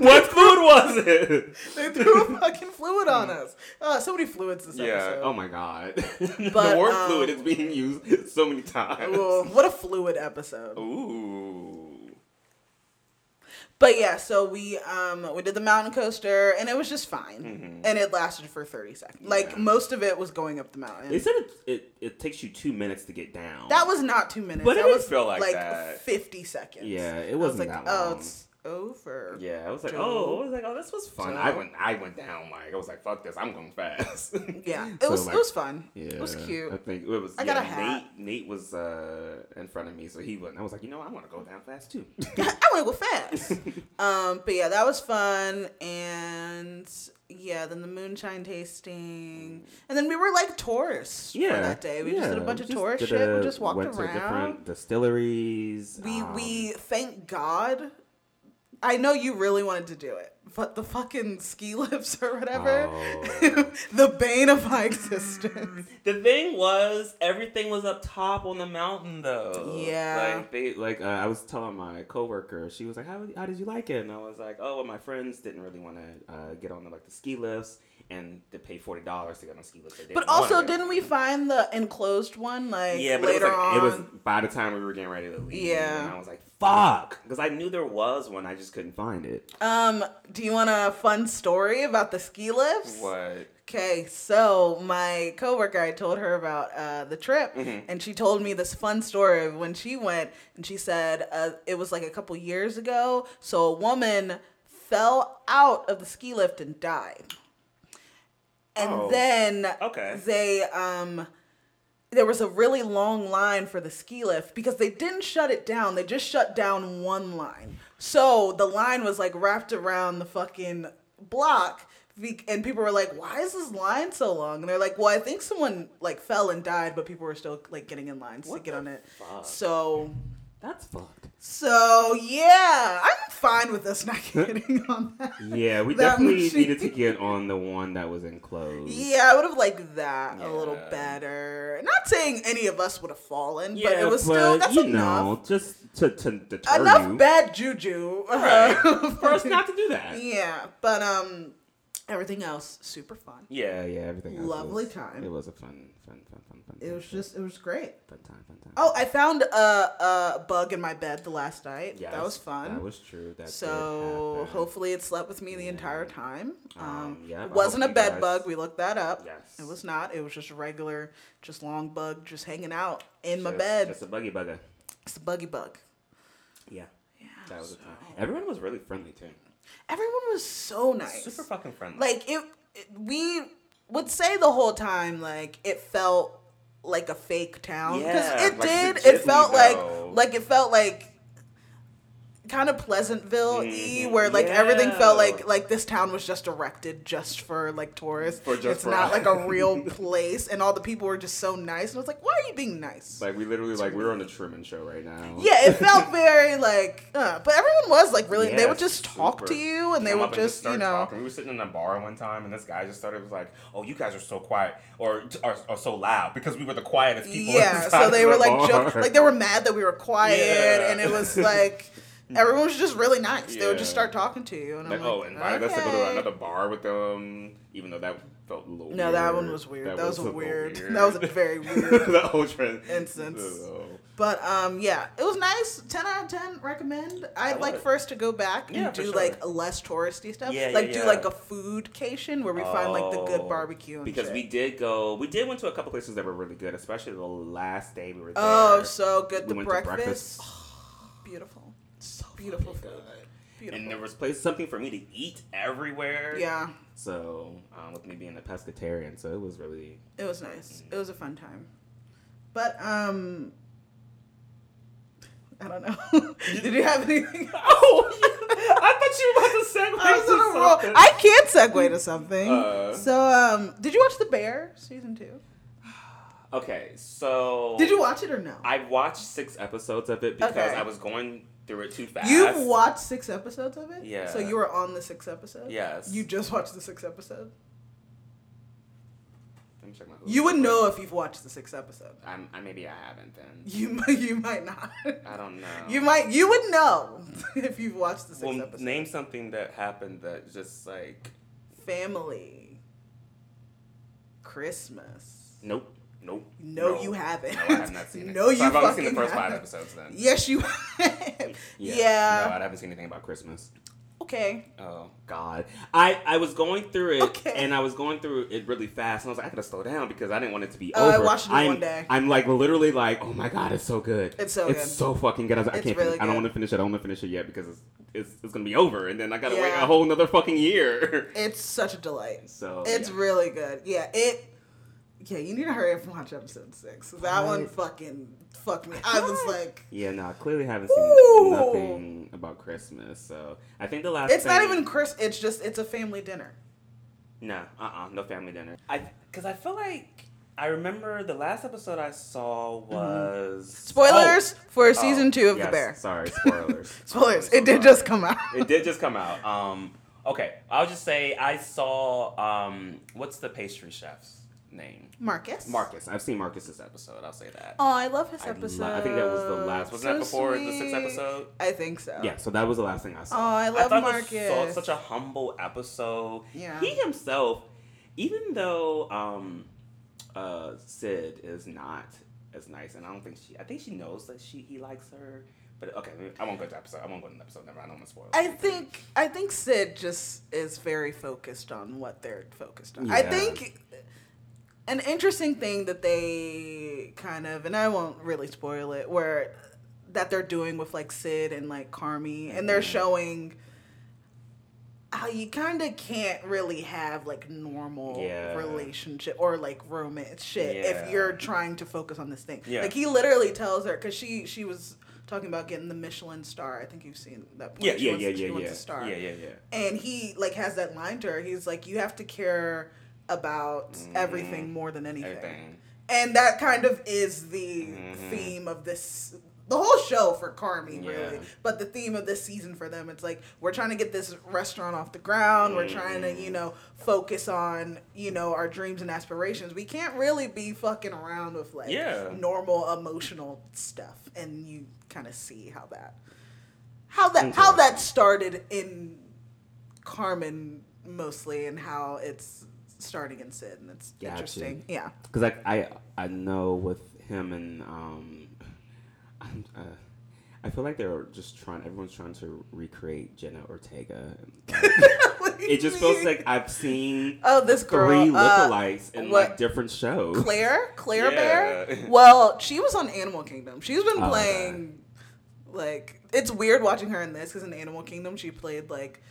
Speaker 2: what food was it?
Speaker 1: they threw a fucking fluid on us. Uh, so many fluids this
Speaker 2: Yeah.
Speaker 1: episode.
Speaker 3: Oh my god.
Speaker 1: But,
Speaker 2: the word
Speaker 1: um,
Speaker 2: fluid is being used so many times.
Speaker 1: Well, what a fluid episode.
Speaker 2: Ooh.
Speaker 1: But yeah, so we um we did the mountain coaster and it was just fine.
Speaker 2: Mm-hmm.
Speaker 1: And it lasted for 30 seconds. Like
Speaker 3: Yeah.
Speaker 1: most of it was going up the mountain.
Speaker 3: they said it, it, it takes you two minutes to get down.
Speaker 1: that was not 2 minutes.
Speaker 2: But it
Speaker 1: that
Speaker 2: didn't
Speaker 1: was
Speaker 2: feel like
Speaker 1: like
Speaker 2: that.
Speaker 1: 50 seconds.
Speaker 3: Yeah, it
Speaker 1: I was
Speaker 3: wasn't
Speaker 1: like,
Speaker 3: that
Speaker 1: "Oh,
Speaker 3: long."
Speaker 1: it's over."
Speaker 3: Yeah, I was like,
Speaker 1: Joe.
Speaker 3: oh, I was like, oh, this was fun.
Speaker 1: Joe.
Speaker 3: I went, I went down like I was like, fuck this, I'm going fast.
Speaker 1: Yeah, It
Speaker 3: So,
Speaker 1: was
Speaker 3: like-
Speaker 1: it was fun.
Speaker 3: yeah,
Speaker 1: It was cute.
Speaker 3: I think it was.
Speaker 1: I
Speaker 3: yeah,
Speaker 1: got a hat.
Speaker 3: Nate, Nate was uh, in front of me, so he went. I was like, you know, what? I want to go down fast too.
Speaker 1: I want to go fast. um, but yeah, that was fun. And yeah, then the moonshine tasting, and then we were like tourists for that day. We just did a bunch of tourist
Speaker 3: did
Speaker 1: shit.
Speaker 3: a-
Speaker 1: we just walked
Speaker 3: went
Speaker 1: around.
Speaker 3: to different distilleries.
Speaker 1: we
Speaker 3: um,
Speaker 1: we thank God. I know you really wanted to do it, but the fucking ski lifts or whatever.
Speaker 3: Oh.
Speaker 1: the bane of my existence.
Speaker 2: The thing was, everything was up top on the mountain, though.
Speaker 1: Yeah.
Speaker 2: Like they,
Speaker 3: They, like uh, I was telling my coworker, she was like, "How how did you like it?" And I was like, "Oh, well, my friends didn't really want to uh, get on the, like the ski lifts and to pay forty dollars to get on ski lifts." They
Speaker 1: But
Speaker 3: didn't wanna
Speaker 1: also,
Speaker 3: go."
Speaker 1: didn't we find the enclosed one like
Speaker 2: Yeah, but it was
Speaker 1: later
Speaker 2: like-
Speaker 1: on?
Speaker 3: It was by the time we were getting ready to leave.
Speaker 1: Yeah.
Speaker 3: And I was like, "Fuck," because I knew there was one, I just couldn't find it.
Speaker 1: Um, do you want a fun story about the ski lifts?
Speaker 2: what?
Speaker 1: Okay, so my coworker, I told her about uh, the trip, and she told me this fun story of when she went, and she said uh, it was like a couple years ago. So a woman fell out of the ski lift and died, and
Speaker 2: Oh,
Speaker 1: then
Speaker 2: okay.
Speaker 1: they um. There was a really long line for the ski lift because they didn't shut it down. They just shut down one line. So the line was like wrapped around the fucking block. be- And people were like, why is this line so long? And they're like, well, I think someone like fell and died, but people were still like getting in lines to
Speaker 3: What
Speaker 1: get
Speaker 3: the
Speaker 1: on it.
Speaker 3: fuck?
Speaker 1: So,
Speaker 3: That's fucked.
Speaker 1: so yeah, I'm fine with us not getting on that.
Speaker 3: Yeah, we
Speaker 1: That
Speaker 3: definitely
Speaker 1: machine.
Speaker 3: needed to get on the one that was enclosed.
Speaker 1: Yeah, I would have liked that a little
Speaker 2: Yeah.
Speaker 1: better. Not saying any of us would have fallen, but
Speaker 3: Yeah,
Speaker 1: it was still
Speaker 3: but,
Speaker 1: that's
Speaker 3: you
Speaker 1: enough.
Speaker 3: know, just to to deter
Speaker 1: enough
Speaker 3: you
Speaker 1: bad juju
Speaker 2: Right. for us not to do that.
Speaker 1: yeah but um everything else super fun
Speaker 3: Yeah,
Speaker 2: Yeah.
Speaker 3: yeah, everything. else
Speaker 1: Lovely
Speaker 3: was-
Speaker 1: time.
Speaker 3: It was a fun, fun, fun, fun, fun.
Speaker 1: it
Speaker 3: fun,
Speaker 1: was
Speaker 3: fun,
Speaker 1: just it was great
Speaker 3: fun time, fun time.
Speaker 1: oh i found a, a bug in my bed the last night
Speaker 3: Yes,
Speaker 1: that was fun
Speaker 3: That was true. That did
Speaker 1: so
Speaker 3: happen.
Speaker 1: hopefully it slept with me the
Speaker 3: Yeah.
Speaker 1: entire time um,
Speaker 3: Um, yeah, I
Speaker 1: it
Speaker 3: hope
Speaker 1: wasn't a
Speaker 3: you
Speaker 1: bed
Speaker 3: guys-
Speaker 1: bug we looked that up
Speaker 3: Yes.
Speaker 1: it was not it was just a regular just long bug just hanging out in my
Speaker 3: Just-
Speaker 1: bed
Speaker 3: Just a buggy bugger.
Speaker 1: it's a buggy bug
Speaker 3: Yeah. That was a time. Everyone was really friendly too.
Speaker 1: everyone was so nice
Speaker 2: Super fucking friendly.
Speaker 1: like it, it- we would say the whole time like it felt like a fake town because
Speaker 2: Yeah,
Speaker 1: it
Speaker 2: like
Speaker 1: did it
Speaker 2: legitly,
Speaker 1: felt
Speaker 2: though.
Speaker 1: like like it felt like kind of pleasantville e
Speaker 2: Mhm,
Speaker 1: where like everything felt
Speaker 2: yeah.
Speaker 1: like like this town was just erected just for like tourists
Speaker 2: For just
Speaker 1: it's
Speaker 2: for
Speaker 1: not
Speaker 2: us.
Speaker 1: like a real place and all the people were just so nice and i was like why are you being nice
Speaker 3: Like we literally like we're on the Truman Show right now.
Speaker 1: yeah, it felt very like, uh, but everyone was like really. they would
Speaker 2: Yes,
Speaker 1: just talk
Speaker 2: super.
Speaker 1: to you, and they
Speaker 2: Come
Speaker 1: would
Speaker 2: up and
Speaker 1: just, you
Speaker 2: start
Speaker 1: know,
Speaker 2: talking. We were sitting in a bar one time, and this guy just started was like, "Oh, you guys are so quiet, or are, are so loud," because we were the quietest people.
Speaker 1: Yeah,
Speaker 2: inside
Speaker 1: so they were
Speaker 2: the
Speaker 1: like
Speaker 3: bar.
Speaker 1: joke, like they were mad that we were quiet,
Speaker 2: Yeah.
Speaker 1: and it was like everyone was just really nice. They would just
Speaker 3: Yeah.
Speaker 1: start talking to you, and
Speaker 3: Like,
Speaker 1: I'm
Speaker 3: oh,
Speaker 1: like,
Speaker 3: invited us to go to
Speaker 1: "Okay."
Speaker 3: another bar with them, even though that felt a little.
Speaker 1: No,
Speaker 3: weird.
Speaker 1: that one was weird. That, was,
Speaker 3: a little
Speaker 1: weird. That was a very weird.
Speaker 3: that whole trend
Speaker 1: instance.
Speaker 3: Oh.
Speaker 1: but um, yeah, it was nice. Ten out of ten. Recommend. I'd
Speaker 2: I
Speaker 1: like
Speaker 2: would.
Speaker 1: for us to go back and
Speaker 2: Yeah, for
Speaker 1: do
Speaker 2: sure.
Speaker 1: like less touristy stuff.
Speaker 2: Yeah, yeah,
Speaker 1: like do
Speaker 2: yeah.
Speaker 1: like a foodcation where we find like the good
Speaker 2: Oh,
Speaker 1: barbecue and
Speaker 3: Because
Speaker 1: shit.
Speaker 3: we did go, we did went to a couple places that were really good, especially the last day we were there.
Speaker 1: oh so good.
Speaker 3: We
Speaker 1: The
Speaker 3: went to
Speaker 1: breakfast. Oh,
Speaker 3: breakfast.
Speaker 1: beautiful. So beautiful food. Beautiful.
Speaker 3: and there was place something for me to eat everywhere.
Speaker 1: yeah.
Speaker 3: So um, with me being a pescatarian, so it was really
Speaker 1: It was nice. It was a fun time. But um I don't know. Did you have anything?
Speaker 3: Oh, I thought you were about to segue.
Speaker 1: I was on a roll. I can't segue to something.
Speaker 3: Uh.
Speaker 1: so um did you watch The Bear season 2?
Speaker 3: okay, so
Speaker 1: Did you watch it or no?
Speaker 3: I watched six episodes of it because
Speaker 1: Okay.
Speaker 3: I was going through it too fast.
Speaker 1: You've watched 6 episodes of it?
Speaker 2: Yeah.
Speaker 1: So you were on the 6th episode?
Speaker 2: Yes.
Speaker 1: You just watched the 6th episode?
Speaker 3: Let me check my Hulu.
Speaker 1: You would know if you've watched the 6th episode.
Speaker 3: I'm, I maybe I haven't then.
Speaker 1: You mi- you might not.
Speaker 3: I don't know.
Speaker 1: You might you would know if you've watched the 6th
Speaker 2: well,
Speaker 1: episode.
Speaker 2: name something that happened that just like
Speaker 1: family, Christmas.
Speaker 3: Nope. Nope.
Speaker 1: No,
Speaker 2: No.
Speaker 1: you haven't.
Speaker 2: no, I have not seen it.
Speaker 1: No,
Speaker 2: So
Speaker 1: you
Speaker 2: I've only
Speaker 1: fucking
Speaker 2: seen the first five
Speaker 1: haven't.
Speaker 2: episodes then.
Speaker 1: Yes, you have. Yeah.
Speaker 3: Yeah.
Speaker 2: No, I haven't seen anything about Christmas.
Speaker 1: Okay.
Speaker 2: Oh.
Speaker 3: God, I I was going through it
Speaker 1: Okay.
Speaker 3: and I was going through it really fast, and I was like, I gotta slow down because I didn't want it to be
Speaker 1: Oh, I
Speaker 3: over.
Speaker 1: watched it in
Speaker 3: I'm,
Speaker 1: one day.
Speaker 3: I'm like literally like, oh my God, it's so good.
Speaker 1: It's so
Speaker 3: it's
Speaker 1: good.
Speaker 3: so fucking good. I, was like, I
Speaker 1: It's
Speaker 3: can't.
Speaker 1: really
Speaker 3: finish- I don't
Speaker 1: good.
Speaker 3: want to finish it. I don't want to finish it yet because it's it's, it's gonna be over, and then I gotta wait
Speaker 1: Yeah.
Speaker 3: a whole another fucking year.
Speaker 1: It's such a delight.
Speaker 3: so
Speaker 1: It's
Speaker 3: yeah.
Speaker 1: really good. Yeah, it. Yeah, you need to hurry up and watch episode six. 'cause That one
Speaker 3: Right.
Speaker 1: fucking fucked me. I was like,
Speaker 3: Yeah, no, I clearly haven't seen
Speaker 1: Ooh.
Speaker 3: nothing about Christmas. So I think the last
Speaker 1: it's not
Speaker 3: thing-
Speaker 1: even Chris. It's just it's a family dinner.
Speaker 3: no, uh, uh no family dinner.
Speaker 2: I because I feel like I remember the last episode I saw was
Speaker 1: Mm-hmm. Spoilers for season
Speaker 2: season
Speaker 1: two of
Speaker 3: Oh, Yes,
Speaker 1: The Bear.
Speaker 3: Sorry, spoilers.
Speaker 1: Spoilers.
Speaker 3: I'm so
Speaker 1: it did
Speaker 3: sorry.
Speaker 1: just come out.
Speaker 3: It did just come out. Um,
Speaker 4: Okay, I'll just say I saw um, what's the pastry chef's name?
Speaker 1: Marcus.
Speaker 3: Marcus. I've seen Marcus's episode. I'll say that.
Speaker 1: Oh, I love his
Speaker 3: I lo- I
Speaker 1: episode.
Speaker 3: think that was the last-
Speaker 2: Wasn't that
Speaker 1: So
Speaker 2: before the sixth
Speaker 1: sweet.
Speaker 2: episode?
Speaker 1: I think so.
Speaker 3: Yeah, so that was the last thing I
Speaker 1: Oh,
Speaker 3: saw.
Speaker 1: I love
Speaker 4: I thought
Speaker 1: Marcus.
Speaker 4: it was so, such a humble episode.
Speaker 1: Yeah.
Speaker 4: He
Speaker 3: himself, even though um, uh, Sid is not as nice, and I don't think she, I think she knows that she he likes her. But okay, I won't go to the episode. I won't go to the episode. Never. mind, I don't want to spoil.
Speaker 1: I
Speaker 3: anything.
Speaker 1: think I think Sid just is very focused on what they're focused on. I
Speaker 3: Yeah.
Speaker 1: think an interesting thing that they kind of and I won't really spoil it where that they're doing with like Sid and like Carmi and they're showing how you kind of can't really have like normal
Speaker 3: Yeah.
Speaker 1: relationship or like romance shit
Speaker 4: Yeah.
Speaker 1: if you're trying to focus on this thing.
Speaker 4: Yeah.
Speaker 1: Like he literally tells her cuz she she was talking about getting the Michelin star. I think you've seen that
Speaker 3: Yeah,
Speaker 1: she
Speaker 3: yeah,
Speaker 1: wants-
Speaker 3: yeah,
Speaker 1: she
Speaker 3: yeah,
Speaker 1: wants
Speaker 3: yeah.
Speaker 1: a star.
Speaker 4: yeah, yeah, yeah.
Speaker 1: And he like has that line to her. He's like, you have to care about
Speaker 3: Mm-hmm.
Speaker 1: everything more than anything.
Speaker 4: Everything.
Speaker 1: And that kind of is the
Speaker 4: Mm-hmm.
Speaker 1: theme of this. The whole show for Carmi, really,
Speaker 4: Yeah.
Speaker 1: but the theme of this season for them, it's like we're trying to get this restaurant off the ground. We're trying to,
Speaker 4: Mm-hmm.
Speaker 1: you know, focus on, you know, our dreams and aspirations. We can't really be fucking around with like
Speaker 4: Yeah.
Speaker 1: normal emotional stuff, and you kind of see how that how that how that started in Carmen mostly, and how it's starting in Sid, and it's
Speaker 3: Gotcha.
Speaker 1: interesting. Yeah,
Speaker 3: because like I I know with him and um, I'm, uh, I feel like they're just trying. Everyone's trying to recreate Jenna Ortega. it just feels like I've seen
Speaker 1: oh, this girl,
Speaker 3: three
Speaker 1: uh,
Speaker 3: lookalikes in
Speaker 1: what-
Speaker 3: like different shows.
Speaker 1: Claire, Claire Bear.
Speaker 4: Yeah.
Speaker 1: Well, she was on Animal Kingdom. She's been
Speaker 3: Oh, okay.
Speaker 1: playing like it's weird watching her in this because in Animal Kingdom she played like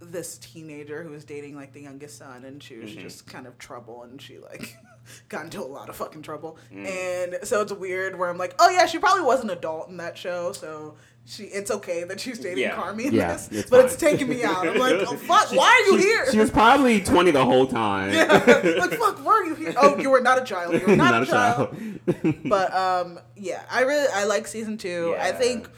Speaker 1: this teenager who was dating like the youngest son and she was
Speaker 3: Mm-hmm.
Speaker 1: just kind of trouble and she like got into a lot of fucking trouble
Speaker 3: Mm.
Speaker 1: and so it's weird where I'm like oh yeah she probably was an adult in that show so she it's okay that she's dating
Speaker 4: Yeah.
Speaker 1: Carmi in
Speaker 3: Yeah,
Speaker 1: this
Speaker 3: it's
Speaker 1: but
Speaker 3: fine.
Speaker 1: it's taking me out I'm like oh, fuck why are you here
Speaker 3: She was probably twenty the whole time.
Speaker 1: yeah. like fuck were you here oh you were not a child you were not, a, child. but um yeah i really i like season two i
Speaker 4: Yeah.
Speaker 1: think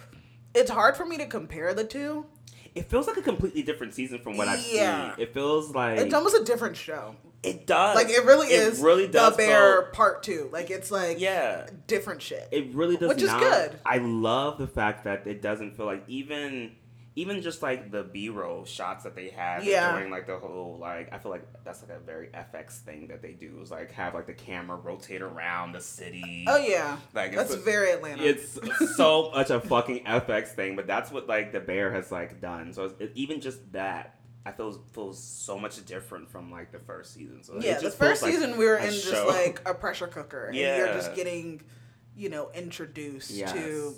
Speaker 1: it's hard for me to compare the two
Speaker 3: It feels like a completely different season from what I've
Speaker 1: Yeah.
Speaker 3: seen. It feels like
Speaker 1: it's almost a different show
Speaker 4: It
Speaker 3: Uh,
Speaker 4: does.
Speaker 1: like it really
Speaker 4: is.
Speaker 1: is
Speaker 4: Really does.
Speaker 1: the bear
Speaker 4: though.
Speaker 1: part two like it's like
Speaker 4: Yeah.
Speaker 1: different shit
Speaker 3: it really does
Speaker 1: Which is
Speaker 3: not-
Speaker 1: good.
Speaker 3: I love the fact that it doesn't feel like even even just like the B roll shots that they have
Speaker 1: Yeah.
Speaker 3: during like the whole like I feel like that's like a very FX thing that they do is like have like the camera rotate around the city.
Speaker 1: oh yeah
Speaker 3: Like, it's
Speaker 1: that's
Speaker 3: a-
Speaker 1: very atlanta
Speaker 3: It's so much a fucking FX thing, but that's what like the bear has like done. So it's, it, even just that, I feel feels so much different from like the first season. So it
Speaker 1: yeah the
Speaker 3: just
Speaker 1: first
Speaker 3: feels like
Speaker 1: season we were
Speaker 3: a
Speaker 1: in just
Speaker 3: show.
Speaker 1: like a pressure cooker and you're
Speaker 4: Yeah.
Speaker 1: just getting you know introduced
Speaker 3: Yes.
Speaker 1: to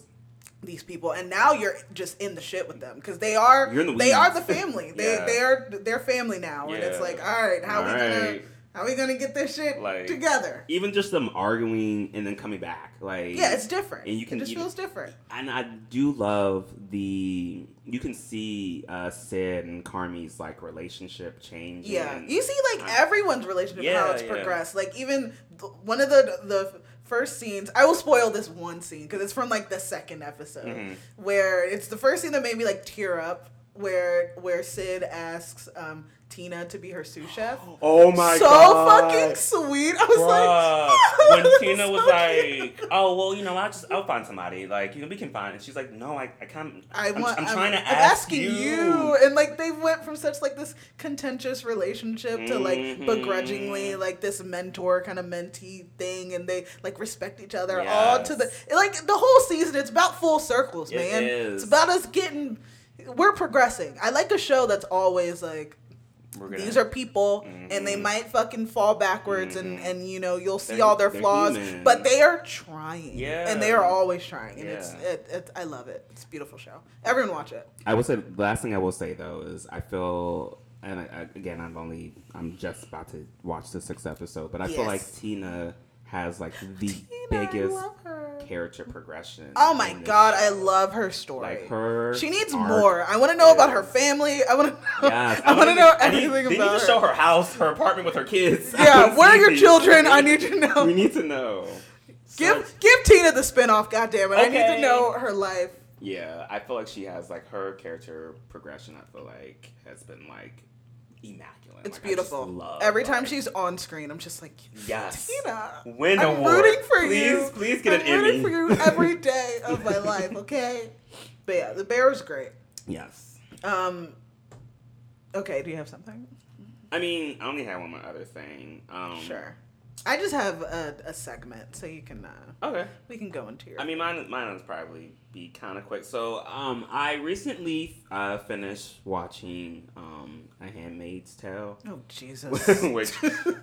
Speaker 1: these people and now you're just in the shit with them because they are
Speaker 3: You're in the
Speaker 1: they are the
Speaker 3: weeds.
Speaker 1: family they
Speaker 4: Yeah.
Speaker 1: they are they're family now and it's
Speaker 4: Yeah.
Speaker 1: like all right how
Speaker 3: All
Speaker 1: we gonna
Speaker 3: right.
Speaker 1: how we gonna get this shit
Speaker 4: Like-
Speaker 1: together
Speaker 3: even just them arguing and then coming back like
Speaker 1: yeah it's different
Speaker 3: and you can
Speaker 1: it just
Speaker 3: even-
Speaker 1: feels different
Speaker 3: and I do love the you can see uh Sid and Carmi's like relationship change.
Speaker 1: Yeah, you see, like everyone's relationship, how
Speaker 4: Yeah,
Speaker 1: it's
Speaker 4: yeah.
Speaker 1: progressed. Like even th- one of the the first scenes. I will spoil this one scene because it's from like the second episode,
Speaker 4: Mm-hmm.
Speaker 1: where it's the first scene that made me like tear up. Where where Sid asks um, Tina to be her sous chef.
Speaker 3: oh my
Speaker 1: so
Speaker 3: god,
Speaker 1: fucking sweet. I was
Speaker 4: Bruh.
Speaker 1: like,
Speaker 4: when
Speaker 1: this is
Speaker 4: Tina was
Speaker 1: so cute.
Speaker 4: like, "Oh well, you know, I just I'll find somebody. Like, you know, we can find." And she's like, "No, I, I can't.
Speaker 1: I
Speaker 4: I'm-
Speaker 1: want.
Speaker 4: I'm, trying to
Speaker 1: I'm
Speaker 4: ask
Speaker 1: asking you. and like they went from such like this contentious relationship to like
Speaker 3: Mhm.
Speaker 1: begrudgingly
Speaker 4: Mm-hmm.
Speaker 1: like this mentor kind of mentee thing, and they like respect each other all to the
Speaker 4: Yes.
Speaker 1: like the whole season. It's about full circles,
Speaker 4: It
Speaker 1: man.
Speaker 4: is.
Speaker 1: It's about us getting. We're progressing. I like a show that's always like
Speaker 4: We're gonna-
Speaker 1: these are people and they might fucking fall backwards and and you know you'll see all their
Speaker 3: Mm-hmm. they're
Speaker 1: flaws
Speaker 3: human.
Speaker 1: but they are trying
Speaker 4: Yeah.
Speaker 1: and they are always trying and it's
Speaker 4: Yeah.
Speaker 1: it, it, i love it it's a beautiful show everyone watch it
Speaker 3: I will say the last thing I will say though is I feel and I, I- again I'm only I'm just about to watch the sixth episode, but I feel like
Speaker 1: Yes.
Speaker 3: Tina has like the
Speaker 1: Tina, I
Speaker 3: biggest
Speaker 1: love her.
Speaker 3: character progression.
Speaker 1: oh my
Speaker 3: in this
Speaker 1: god i
Speaker 3: show.
Speaker 1: love her story
Speaker 3: like her.
Speaker 1: she needs
Speaker 3: arc.
Speaker 1: more i want to know about her family i want to know
Speaker 3: Yes,
Speaker 1: i
Speaker 3: I
Speaker 1: want
Speaker 3: wanna-
Speaker 1: to know
Speaker 4: I need-
Speaker 1: everything
Speaker 4: they
Speaker 1: about
Speaker 4: need to
Speaker 1: her.
Speaker 4: show her house, her apartment with her kids.
Speaker 1: yeah where are your
Speaker 3: these.
Speaker 1: children i need to
Speaker 3: We
Speaker 1: know
Speaker 3: need to know.
Speaker 1: give give tina the spinoff god damn it i need to
Speaker 4: Okay.
Speaker 1: know her life
Speaker 3: Yeah, I feel like she has like her character progression. I feel like has been like immaculate. Like, Oh
Speaker 1: It's
Speaker 3: I just
Speaker 1: beautiful.
Speaker 3: love,
Speaker 1: Every time
Speaker 3: like-
Speaker 1: she's on screen, I'm just like,
Speaker 2: Yes.
Speaker 1: Tina,
Speaker 4: Win
Speaker 1: I'm
Speaker 4: award.
Speaker 1: rooting for
Speaker 2: Please,
Speaker 1: you.
Speaker 2: please get
Speaker 1: I'm
Speaker 2: an
Speaker 1: rooting
Speaker 2: Emmy.
Speaker 1: for you every day of my life. Okay. But yeah, the bear is great.
Speaker 3: Yes.
Speaker 1: Um. Okay. Do you have something?
Speaker 3: I mean, I only had one more other thing. Um,
Speaker 1: sure. I just have a, a segment, so you can uh,
Speaker 3: Okay.
Speaker 1: we can go into your.
Speaker 3: I mean, mine mine will probably be kind of quick. So, um, I recently uh, finished watching um, A Handmaid's Tale,
Speaker 1: oh Jesus.
Speaker 3: which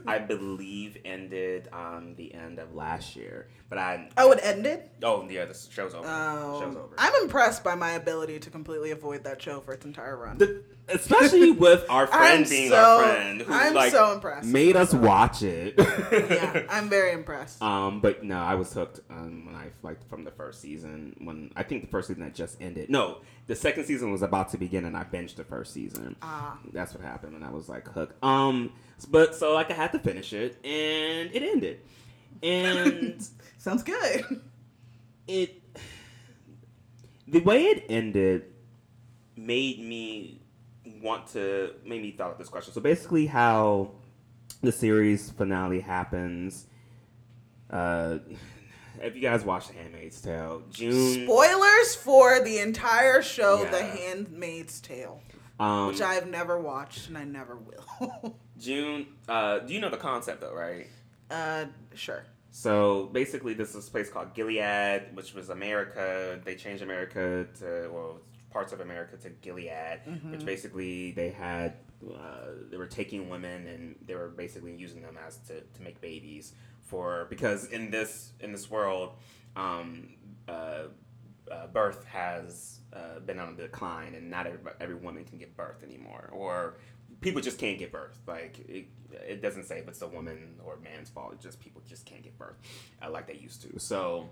Speaker 3: I believe ended um, the end of last year. But I
Speaker 1: oh, it ended.
Speaker 3: oh yeah, the show's over. show's
Speaker 1: Oh,
Speaker 3: over.
Speaker 1: I'm impressed by my ability to completely avoid that show for its entire run.
Speaker 3: The- especially with our friend
Speaker 1: I'm
Speaker 3: being
Speaker 1: so
Speaker 3: our friend, who
Speaker 1: I'm
Speaker 3: like
Speaker 1: so impressed.
Speaker 3: made us watch it.
Speaker 1: yeah, I'm very impressed.
Speaker 3: Um, but no, I was hooked um, when I like from the first season. When I think the first season that just ended. No, the second season was about to begin, and I binged the first season.
Speaker 1: Ah.
Speaker 3: That's what happened, and I was like hooked. Um, but so like I had to finish it, and it ended, and
Speaker 1: Sounds good.
Speaker 3: it the way it ended made me want to made me thought of this question. So basically, how the series finale happens. Uh, if you guys watch The Handmaid's Tale, June,
Speaker 1: Spoilers for the entire show, The
Speaker 3: Yeah.
Speaker 1: Handmaid's Tale,
Speaker 3: um,
Speaker 1: which I have never watched and I never will.
Speaker 3: June, uh, you know the concept though, right?
Speaker 1: uh, sure.
Speaker 3: So basically, this is a place called Gilead, which was America. They changed America to, well, parts of America to Gilead, which basically they had, uh, they were taking women and they were basically using them as to, to make babies for, because in this, in this world, um, uh, uh, birth has uh, been on the decline, and not every, every woman can give birth anymore, or people just can't get birth. Like it, it doesn't say if it's a woman or man's fault. It's just people just can't get birth uh, like they used to. So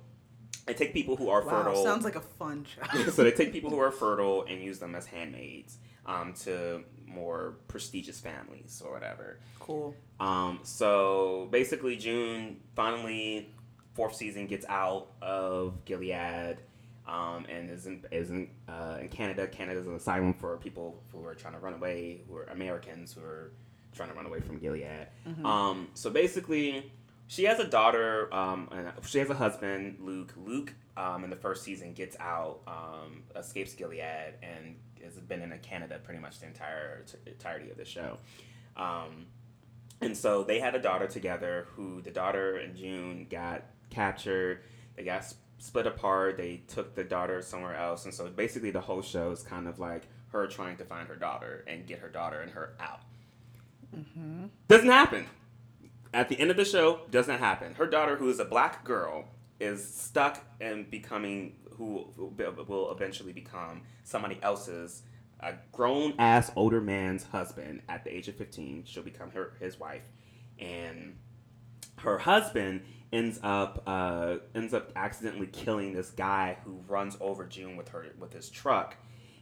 Speaker 3: they take people who are
Speaker 1: Wow,
Speaker 3: fertile.
Speaker 1: sounds like a fun show.
Speaker 3: so they take people who are fertile and use them as handmaids um, to more prestigious families or whatever.
Speaker 1: cool.
Speaker 3: Um, so basically, June finally fourth season gets out of Gilead, um, and is in is in, uh, in Canada. Canada's an asylum for people who are trying to run away, who are Americans who are trying to run away from Gilead. Um, so basically, she has a daughter, um, and she has a husband, Luke. Luke, um, in the first season, gets out, um, escapes Gilead, and has been in Canada pretty much the entire entirety of the show. Um, and so they had a daughter together who the daughter and June got captured. They got s- split apart. They took the daughter somewhere else. And so basically the whole show is kind of like her trying to find her daughter and get her daughter and her out. Doesn't happen. At the end of the show, doesn't happen. Her daughter, who is a black girl, is stuck and becoming who will- will eventually become somebody else's a grown ass older man's husband at the age of 15 she'll become her his wife and her husband ends up uh, ends up accidentally killing this guy who runs over June with her with his truck,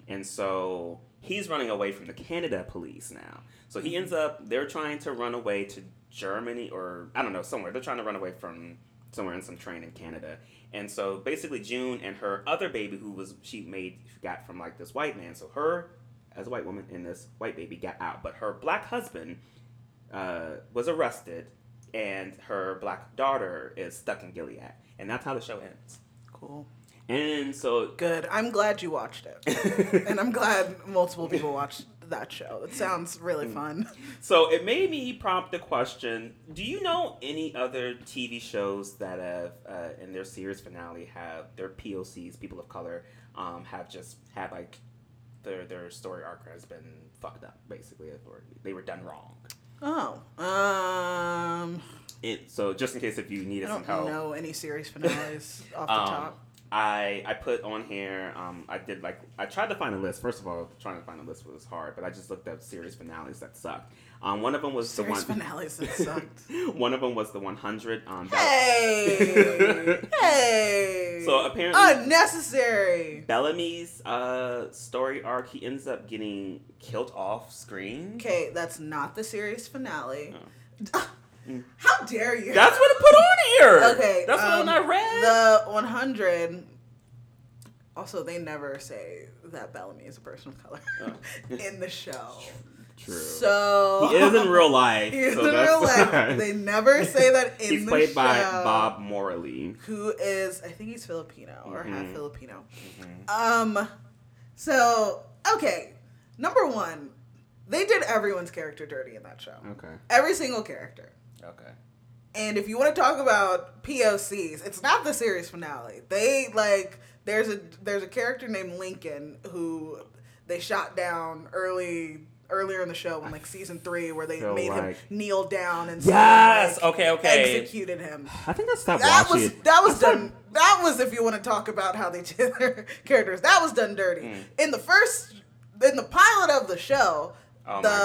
Speaker 3: and so he's running away from the Canada police now. So he ends up they're trying to run away to Germany or I don't know somewhere. They're trying to run away from somewhere in some train in Canada, and so basically June and her other baby who was she made she got from like this white man. So her as a white woman and this white baby got out, but her black husband uh, was arrested, and her black daughter is stuck in Gilead, and that's how the show ends.
Speaker 1: Cool.
Speaker 3: And so,
Speaker 1: Good. I'm glad you watched it. and I'm glad multiple people watched that show. It sounds really fun.
Speaker 3: so it made me prompt the question: Do you know any other TV shows that have, uh, in their series finale, have their POCs, people of color, um, have just had like their their story arc has been fucked up, basically, or they were done wrong?
Speaker 1: Oh. Um
Speaker 3: It, so just in case if you
Speaker 1: I
Speaker 3: needed some
Speaker 1: don't
Speaker 3: help,
Speaker 1: know any series finales off the
Speaker 3: Um,
Speaker 1: top.
Speaker 3: I I put on here. Um, I did like I tried to find a list. First of all, trying to find a list was hard, but I just looked up series finales that sucked. Um, one of them was
Speaker 1: Series
Speaker 3: the one.
Speaker 1: finales that sucked.
Speaker 3: one of them was the 100. Um, that-
Speaker 1: hey. hey.
Speaker 3: So apparently-
Speaker 1: unnecessary.
Speaker 3: Bellamy's uh story arc. He ends up getting killed off screen.
Speaker 1: Okay, that's not the series finale.
Speaker 3: Oh.
Speaker 1: How dare you?
Speaker 3: That's what it put on here.
Speaker 1: Okay.
Speaker 3: that's what
Speaker 1: um,
Speaker 3: I read.
Speaker 1: The 100 Also, they never say that Bellamy is a person of color
Speaker 2: Oh.
Speaker 1: in the show.
Speaker 3: True.
Speaker 1: So
Speaker 2: He is in real life.
Speaker 1: He is
Speaker 2: so
Speaker 1: in
Speaker 2: that's-
Speaker 1: real life. They never say that in
Speaker 3: He's
Speaker 1: the
Speaker 3: played
Speaker 1: show.
Speaker 3: by Bob Morley.
Speaker 1: who is I think he's Filipino or half
Speaker 2: Mm-hmm.
Speaker 3: Mhm.
Speaker 1: Filipino. Um, so okay, number one, they did everyone's character dirty in that show.
Speaker 3: Okay.
Speaker 1: Every single character.
Speaker 4: Okay.
Speaker 1: And if you want to talk about POCs, it's not the series finale. They like there's a there's a character named Lincoln who they shot down early earlier in the show in like season three where they
Speaker 3: feel
Speaker 1: made him
Speaker 3: like-
Speaker 1: kneel down and
Speaker 4: Yes.
Speaker 1: like,
Speaker 4: okay. Okay.
Speaker 1: executed him.
Speaker 3: I think I stopped
Speaker 1: That
Speaker 3: watching.
Speaker 1: was that was done. That was if you want to talk about how they did their characters. That was done dirty
Speaker 4: Mm.
Speaker 1: in the first in the pilot of the show.
Speaker 4: Oh my
Speaker 1: the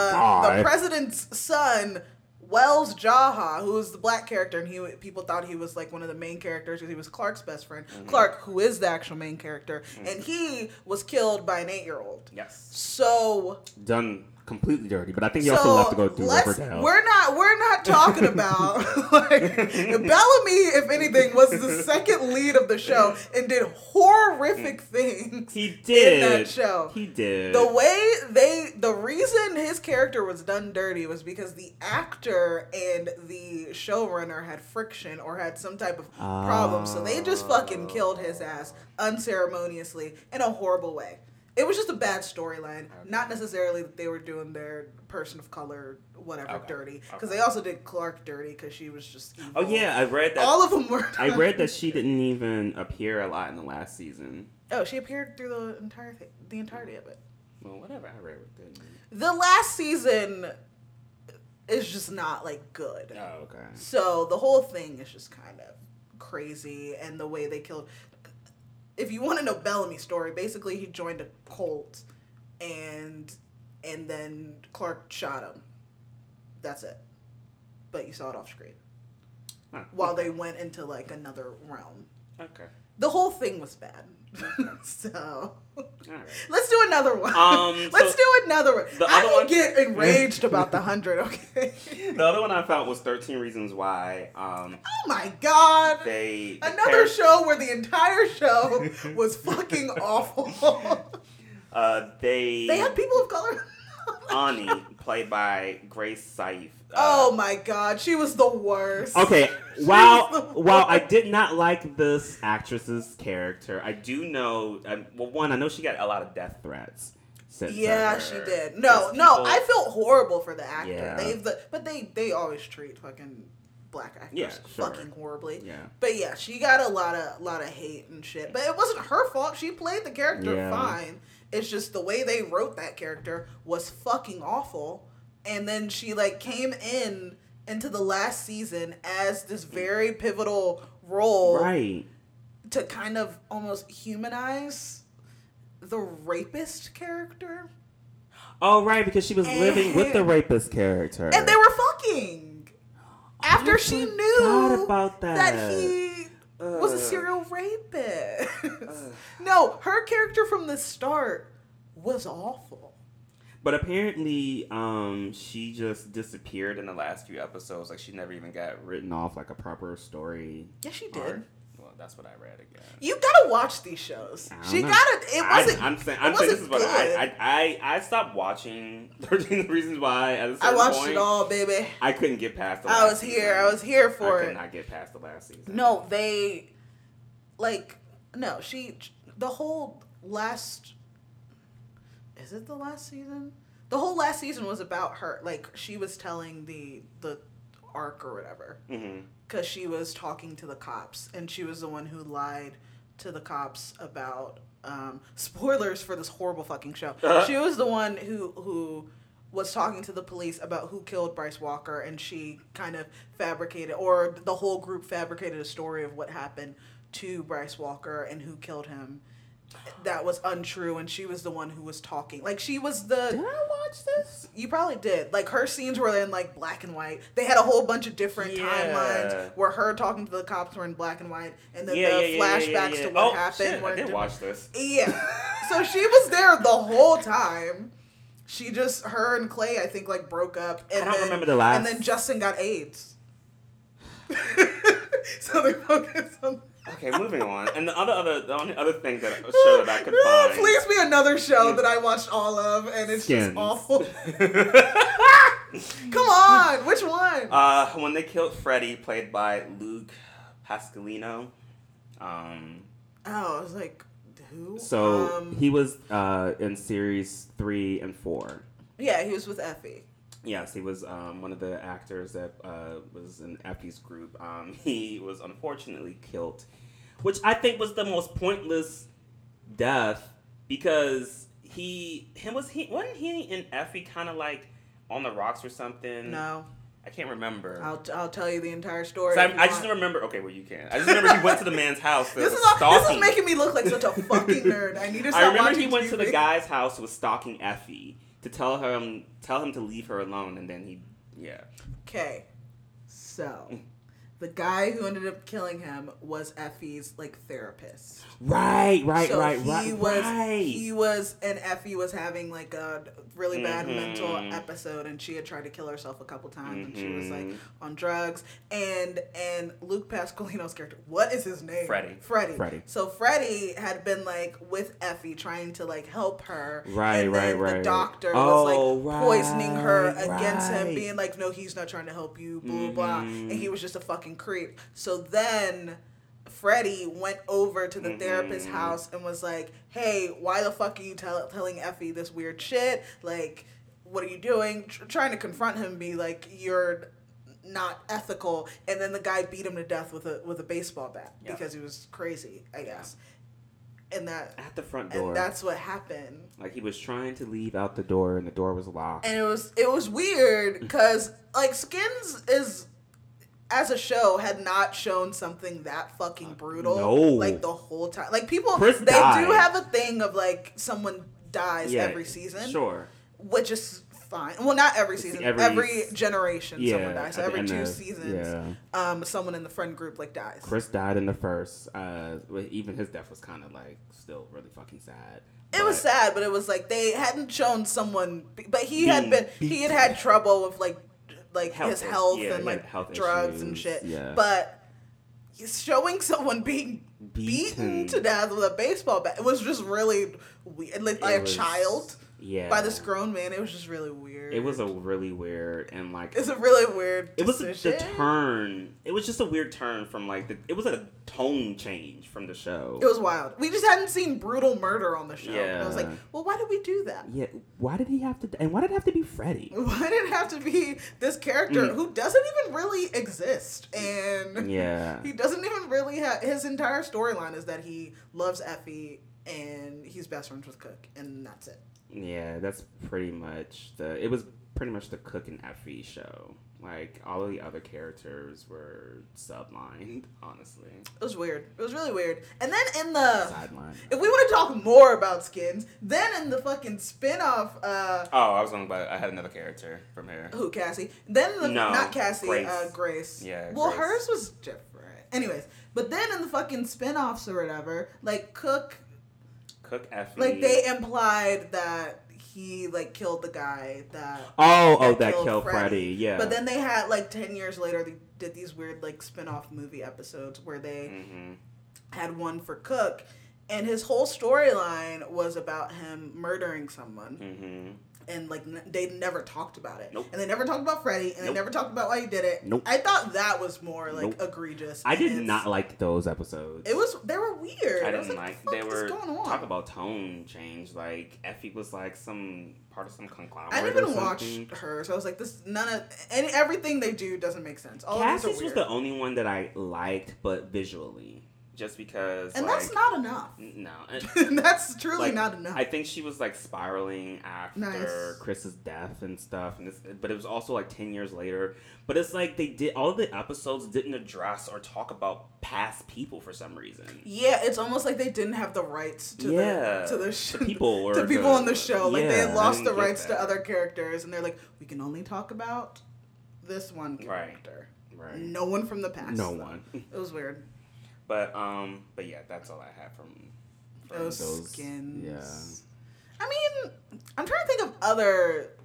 Speaker 1: the
Speaker 3: God.
Speaker 1: president's son. Wells Jaha, who was the black character, and he people thought he was like one of the main characters because he was Clark's best friend.
Speaker 4: Mm-hmm.
Speaker 1: Clark, who is the actual main character,
Speaker 4: Mm.
Speaker 1: and he was killed by an eight-year-old.
Speaker 4: Yes.
Speaker 1: So
Speaker 3: done completely dirty, but I think he also left to go do
Speaker 1: let's-
Speaker 3: Riverdale.
Speaker 1: We're not we're not talking about like Bellamy, if anything, was the second lead of the show and did horrific
Speaker 3: Mm.
Speaker 1: things.
Speaker 3: he did
Speaker 1: in that show.
Speaker 3: He did.
Speaker 1: The way they the reason his character was done dirty was because the actor and the showrunner had friction or had some type of problem. So they just fucking killed his ass unceremoniously in a horrible way. It was just a bad storyline. Not necessarily that they were doing their person of color whatever
Speaker 4: Okay.
Speaker 1: dirty because
Speaker 4: Okay.
Speaker 1: they also did Clark dirty because she was just evil.
Speaker 2: Oh yeah, I read that.
Speaker 1: All of them were.
Speaker 3: I read that she didn't even appear a lot in the last season.
Speaker 1: Oh, she appeared through the entire thing, the entirety of it.
Speaker 3: Well, whatever I read with it.
Speaker 1: the last season is just not like good.
Speaker 3: Oh, okay.
Speaker 1: So the whole thing is just kind of crazy, and the way they killed. If you want to know Bellamy's story, basically he joined a cult, and and then Clark shot him. That's it. But you saw it off screen
Speaker 3: Huh.
Speaker 1: while they went into like another realm.
Speaker 3: Okay.
Speaker 1: The whole thing was bad. so
Speaker 3: All right.
Speaker 1: Let's do another one.
Speaker 4: Um,
Speaker 1: Let's
Speaker 4: so-
Speaker 1: do another one.
Speaker 4: The
Speaker 1: I
Speaker 4: other
Speaker 1: don't
Speaker 4: one-
Speaker 1: get enraged about the hundred. Okay.
Speaker 3: The other one I found was 13 Reasons Why. Um,
Speaker 1: Oh my god.
Speaker 3: they. the
Speaker 1: Another
Speaker 3: character-
Speaker 1: show where the entire show was fucking awful.
Speaker 3: Uh, they.
Speaker 1: they had people of color.
Speaker 3: Ani, played by Grace Saif. Uh,
Speaker 1: oh my god, she was the worst.
Speaker 3: Okay,
Speaker 1: She's
Speaker 3: while
Speaker 1: the
Speaker 3: while I
Speaker 1: worst.
Speaker 3: did not like this actress's character, I do know. Um, well, one, I know she got a lot of death threats. sent to
Speaker 1: Yeah,
Speaker 3: her.
Speaker 1: she did. No,
Speaker 3: Because
Speaker 1: no,
Speaker 3: people-
Speaker 1: I felt horrible for the actor.
Speaker 3: Yeah.
Speaker 1: They, the, but they, they always treat fucking black actors
Speaker 3: Yeah, sure.
Speaker 1: fucking horribly.
Speaker 3: Yeah.
Speaker 1: But yeah, she got a lot of lot of hate and shit. But it wasn't her fault. She played the character
Speaker 3: Yeah.
Speaker 1: fine. It's just the way they wrote that character was fucking awful. And then she like came in into the last season as this very pivotal role
Speaker 3: Right.
Speaker 1: to kind of almost humanize the rapist character.
Speaker 3: Oh, right, because she was living with the rapist character.
Speaker 1: And they were fucking. After she knew
Speaker 3: about that. Uh.
Speaker 1: he was a
Speaker 3: Ugh.
Speaker 1: serial rapist.
Speaker 3: Uh.
Speaker 1: no, her character from the start was awful.
Speaker 3: But apparently, um, she just
Speaker 4: Appeared
Speaker 3: disappeared
Speaker 4: in the last few episodes, like she never even got
Speaker 3: and
Speaker 4: written.
Speaker 3: written off like a proper story.
Speaker 1: Yeah, she did.
Speaker 4: Or, well, that's what I read again.
Speaker 1: You gotta watch these shows.
Speaker 3: I don't
Speaker 1: She
Speaker 3: know.
Speaker 1: got it. It wasn't.
Speaker 3: I,
Speaker 1: I,
Speaker 3: am saying. I'm
Speaker 1: it
Speaker 3: saying
Speaker 1: wasn't
Speaker 3: this is what
Speaker 1: good.
Speaker 3: I, I I I stopped watching Thirteen Reasons Why. At a certain
Speaker 1: watched
Speaker 3: point.
Speaker 1: it all, baby.
Speaker 3: I couldn't get past. The
Speaker 1: I
Speaker 3: last
Speaker 1: was here.
Speaker 3: season.
Speaker 1: I was here for
Speaker 3: I
Speaker 1: it.
Speaker 3: could not get past the last season.
Speaker 1: No, they like no, she the whole last is it the last season? The whole last season was about her. Like she was telling the the arc or whatever
Speaker 3: hmm
Speaker 1: cuz she was talking to the cops and she was the one who lied to the cops about um spoilers for this horrible fucking show. she was the one who who was talking to the police about who killed Bryce Walker, and she kind of fabricated, or the whole group fabricated a story of what happened to Bryce Walker and who killed him. That was untrue, and she was the one who was talking. Like she was
Speaker 3: Did I
Speaker 1: the.
Speaker 3: watch this?
Speaker 1: You probably did. Like her scenes were in like black and white. They had a whole bunch of different
Speaker 4: Yeah.
Speaker 1: timelines where her talking to the cops were in black and white, and then
Speaker 4: Yeah,
Speaker 1: the
Speaker 4: yeah, yeah,
Speaker 1: flashbacks
Speaker 4: yeah, yeah, yeah.
Speaker 1: to what
Speaker 4: Oh,
Speaker 1: happened
Speaker 4: shit, I
Speaker 1: were in
Speaker 4: did
Speaker 1: different-
Speaker 3: Watch this.
Speaker 1: yeah. So she was there the whole time. She just her and Clay, I think, like broke up. And
Speaker 3: don't
Speaker 1: then,
Speaker 3: remember the last.
Speaker 1: And then Justin got AIDS. so they focused on.
Speaker 2: Okay, moving on. And the other other the only other thing that a show that I could find.
Speaker 1: Please be another show that I watched all of and it's
Speaker 3: Skins.
Speaker 1: just awful. Come on, which one?
Speaker 2: Uh, when they killed Freddy, played by Luke Pasqualino. Um,
Speaker 1: oh, I was like, who?
Speaker 3: So
Speaker 1: Um,
Speaker 3: he was uh, in series three and four.
Speaker 1: yeah, he was with Effie.
Speaker 3: Yes.
Speaker 2: yes, he was um, one of the actors that uh, was in Effie's group. Um, he was unfortunately killed, which I think was the most pointless death because he him was he wasn't he and Effie kind of like on the rocks or something.
Speaker 1: No,
Speaker 2: I can't remember.
Speaker 1: I'll, I'll tell you the entire story.
Speaker 2: So
Speaker 1: if you
Speaker 2: I, I just
Speaker 1: want.
Speaker 2: don't remember. Okay, well you can. I just remember he went to the man's house. that
Speaker 1: This
Speaker 2: was
Speaker 1: is, all, this
Speaker 2: stalking-
Speaker 1: is making me look like such a fucking nerd. I need to stop
Speaker 2: I remember
Speaker 1: watching
Speaker 2: he went to the
Speaker 1: TV.
Speaker 2: guy's house who was stalking Effie to tell him tell him to leave her alone, and then he yeah.
Speaker 1: Okay, so
Speaker 2: Mm.
Speaker 1: the guy who ended up killing him was Effie's like therapist.
Speaker 3: Right. Right.
Speaker 1: so
Speaker 3: right.
Speaker 1: he
Speaker 3: right.
Speaker 1: was
Speaker 3: right.
Speaker 1: he was and Effie was having like a really bad
Speaker 2: Mhm.
Speaker 1: mental episode and she had tried to kill herself a couple times and she was like
Speaker 2: Mhm.
Speaker 1: on drugs and and Luke Pasqualino's character what is his name
Speaker 4: Freddy.
Speaker 1: Freddy
Speaker 3: Freddy.
Speaker 1: so Freddy had been like with Effie trying to like help her
Speaker 3: Right,
Speaker 1: and then
Speaker 3: right, right.
Speaker 1: the doctor
Speaker 3: Oh,
Speaker 1: was like poisoning her
Speaker 3: right,
Speaker 1: against him
Speaker 3: right.
Speaker 1: being like no he's not trying to help you blah blah and he was just a fucking creep so then Freddie went over to the
Speaker 2: Mm-hmm.
Speaker 1: therapist's house and was like, "Hey, why the fuck are you tell- telling Effie this weird shit? Like, what are you doing?" Tr- trying to confront him, be like, "You're not ethical." And then the guy beat him to death with a with a baseball bat
Speaker 2: Yeah.
Speaker 1: because he was crazy, I guess. And that
Speaker 2: at the front door.
Speaker 1: and that's what happened.
Speaker 2: like he was trying to leave.
Speaker 3: leave out the door, and the door was locked.
Speaker 1: and it was it was weird because like Skins is as a show had not shown something that fucking brutal
Speaker 3: No.
Speaker 1: like the whole time like people
Speaker 3: Chris
Speaker 1: they
Speaker 3: died.
Speaker 1: do have a thing of like someone dies every season
Speaker 3: Sure.
Speaker 1: which is fine well not every season
Speaker 3: every-
Speaker 1: every, generation
Speaker 3: Yeah.
Speaker 1: someone dies so
Speaker 3: at the
Speaker 1: every
Speaker 3: end
Speaker 1: two
Speaker 3: of-
Speaker 1: seasons
Speaker 3: Yeah.
Speaker 1: um someone in the friend group like dies
Speaker 3: Chris died in the first. Uh, but even his death was kind of like still really fucking sad.
Speaker 1: It was
Speaker 3: But-
Speaker 1: sad, but it was like they hadn't shown someone, but he had
Speaker 3: Being
Speaker 1: been he had had trouble with like like
Speaker 3: Health
Speaker 1: his
Speaker 3: is-
Speaker 1: health
Speaker 3: yeah,
Speaker 1: and
Speaker 3: he had
Speaker 1: like
Speaker 3: health
Speaker 1: drugs and
Speaker 3: issues,
Speaker 1: shit.
Speaker 3: yeah.
Speaker 1: But showing someone being
Speaker 3: Beaten.
Speaker 1: beaten to death with a baseball bat it was just really weird, like by
Speaker 3: It
Speaker 1: a
Speaker 3: was-
Speaker 1: child,
Speaker 3: Yeah.
Speaker 1: by this grown man. It was just really weird.
Speaker 3: It was a really weird and like
Speaker 1: it's a really weird.
Speaker 2: It was a, the
Speaker 1: decision.
Speaker 2: turn. It was just a weird turn from like the, it was a tone change from the show.
Speaker 1: It was wild. We just hadn't seen brutal murder on the show. And I was like,
Speaker 3: Yeah.
Speaker 1: well, why did we do that?
Speaker 3: yeah. Why did he have to? And why did it have to be Freddy?
Speaker 1: Why did it have to be this character who doesn't even really exist? And
Speaker 3: Mm. Yeah.
Speaker 1: he doesn't even really have his entire storyline is that he loves Effie and he's best friends with Cook, and that's it.
Speaker 3: Yeah, that's pretty much the. It was pretty much the Cook and Effie show. Like all of the other characters were sublined, honestly.
Speaker 1: It was weird. It was really weird. And then in the
Speaker 3: Sideline.
Speaker 1: if we want to talk more about skins, then in the fucking spin-off uh
Speaker 2: Oh, I was on about. I had another character from here.
Speaker 1: who Cassie? Then in the
Speaker 2: No,
Speaker 1: not Cassie,
Speaker 2: Grace.
Speaker 1: uh Grace.
Speaker 2: Yeah,
Speaker 1: Well
Speaker 2: Grace.
Speaker 1: hers was different. Anyways, but then in the fucking spin-offs or whatever, like Cook
Speaker 2: Cook Effie.
Speaker 1: like they
Speaker 2: Mm.
Speaker 1: implied that he like killed the guy that
Speaker 3: Oh, oh,
Speaker 1: that
Speaker 3: that
Speaker 1: killed
Speaker 3: killed Freddy.
Speaker 1: Freddy.
Speaker 3: Yeah.
Speaker 1: but then they had like 10 years later they did these weird like spin-off movie episodes where they
Speaker 2: Mhm.
Speaker 1: had one for cook and his whole storyline was about him murdering someone
Speaker 2: Mhm.
Speaker 1: and like n- they never talked about it
Speaker 2: Nope.
Speaker 1: and they never talked about freddy and they
Speaker 2: Nope.
Speaker 1: never talked about why he did it
Speaker 3: Nope.
Speaker 1: i thought that was more like
Speaker 3: Nope.
Speaker 1: egregious
Speaker 3: I did
Speaker 1: and
Speaker 3: not like those episodes.
Speaker 1: it was they were weird
Speaker 2: I
Speaker 1: was
Speaker 2: didn't
Speaker 1: like,
Speaker 2: like.
Speaker 1: "The
Speaker 2: They
Speaker 1: fuck is
Speaker 2: were
Speaker 1: going on
Speaker 2: talk about tone change. Like Effie was like some part of some conglomerate.
Speaker 1: I didn't
Speaker 2: or
Speaker 1: even watch
Speaker 2: something.
Speaker 1: her, so I was like, "This none of any everything they do doesn't make sense." All of these are
Speaker 2: Cassie's was
Speaker 1: weird,
Speaker 2: the only one that I liked, but visually, just because.
Speaker 1: and
Speaker 2: like,
Speaker 1: that's not enough.
Speaker 2: No, and-
Speaker 1: that's truly
Speaker 2: like,
Speaker 1: not enough.
Speaker 2: I think she was like spiraling after
Speaker 1: Nice.
Speaker 2: Chris's death and stuff, and this, but it was also like ten years later. But it's like they did all the episodes didn't address or talk about past people for some reason.
Speaker 1: yeah, it's almost like they didn't have the rights to
Speaker 2: Yeah,
Speaker 1: the to the,
Speaker 2: the
Speaker 1: sh-
Speaker 2: people or
Speaker 1: to people
Speaker 2: the-
Speaker 1: on the show. Like they
Speaker 2: yeah,
Speaker 1: had
Speaker 2: I
Speaker 1: lost
Speaker 2: didn't
Speaker 1: the
Speaker 2: get
Speaker 1: rights
Speaker 2: that.
Speaker 1: to other characters, and they're like, "We can only talk about this one
Speaker 2: Right.
Speaker 1: character,
Speaker 2: Right.
Speaker 1: no one from the past."
Speaker 3: No one.
Speaker 1: It was weird.
Speaker 2: But um, but yeah, that's all I had from. from
Speaker 1: Those,
Speaker 3: Those-
Speaker 1: skins.
Speaker 3: yeah.
Speaker 1: I mean, I'm trying to think of other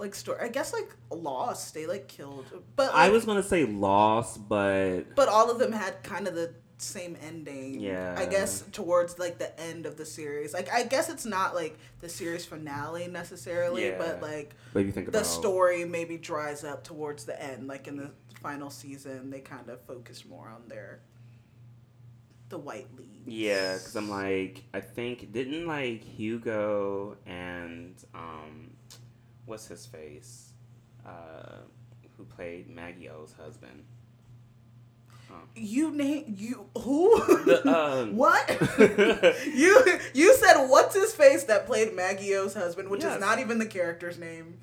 Speaker 1: like story. I guess like Lost, they like killed, but like,
Speaker 3: I was gonna say Lost, but
Speaker 1: But all of them had kind of the same ending.
Speaker 2: Yeah.
Speaker 1: I guess towards like the end of the series. Like I guess it's not like the series finale necessarily,
Speaker 2: Yeah.
Speaker 1: but like
Speaker 3: But if you think
Speaker 1: the
Speaker 3: about
Speaker 1: story maybe dries up towards the end. Like in the final season, they kind of focus more on their the white leaves.
Speaker 2: Yeah, because I'm like, I think didn't like Hugo and um, what's his face, uh, who played Maggie O's husband?
Speaker 1: You name you who?
Speaker 2: The, um,
Speaker 1: what? you you said what's his face that played Maggio's husband, which
Speaker 2: Yes.
Speaker 1: is not even the character's name.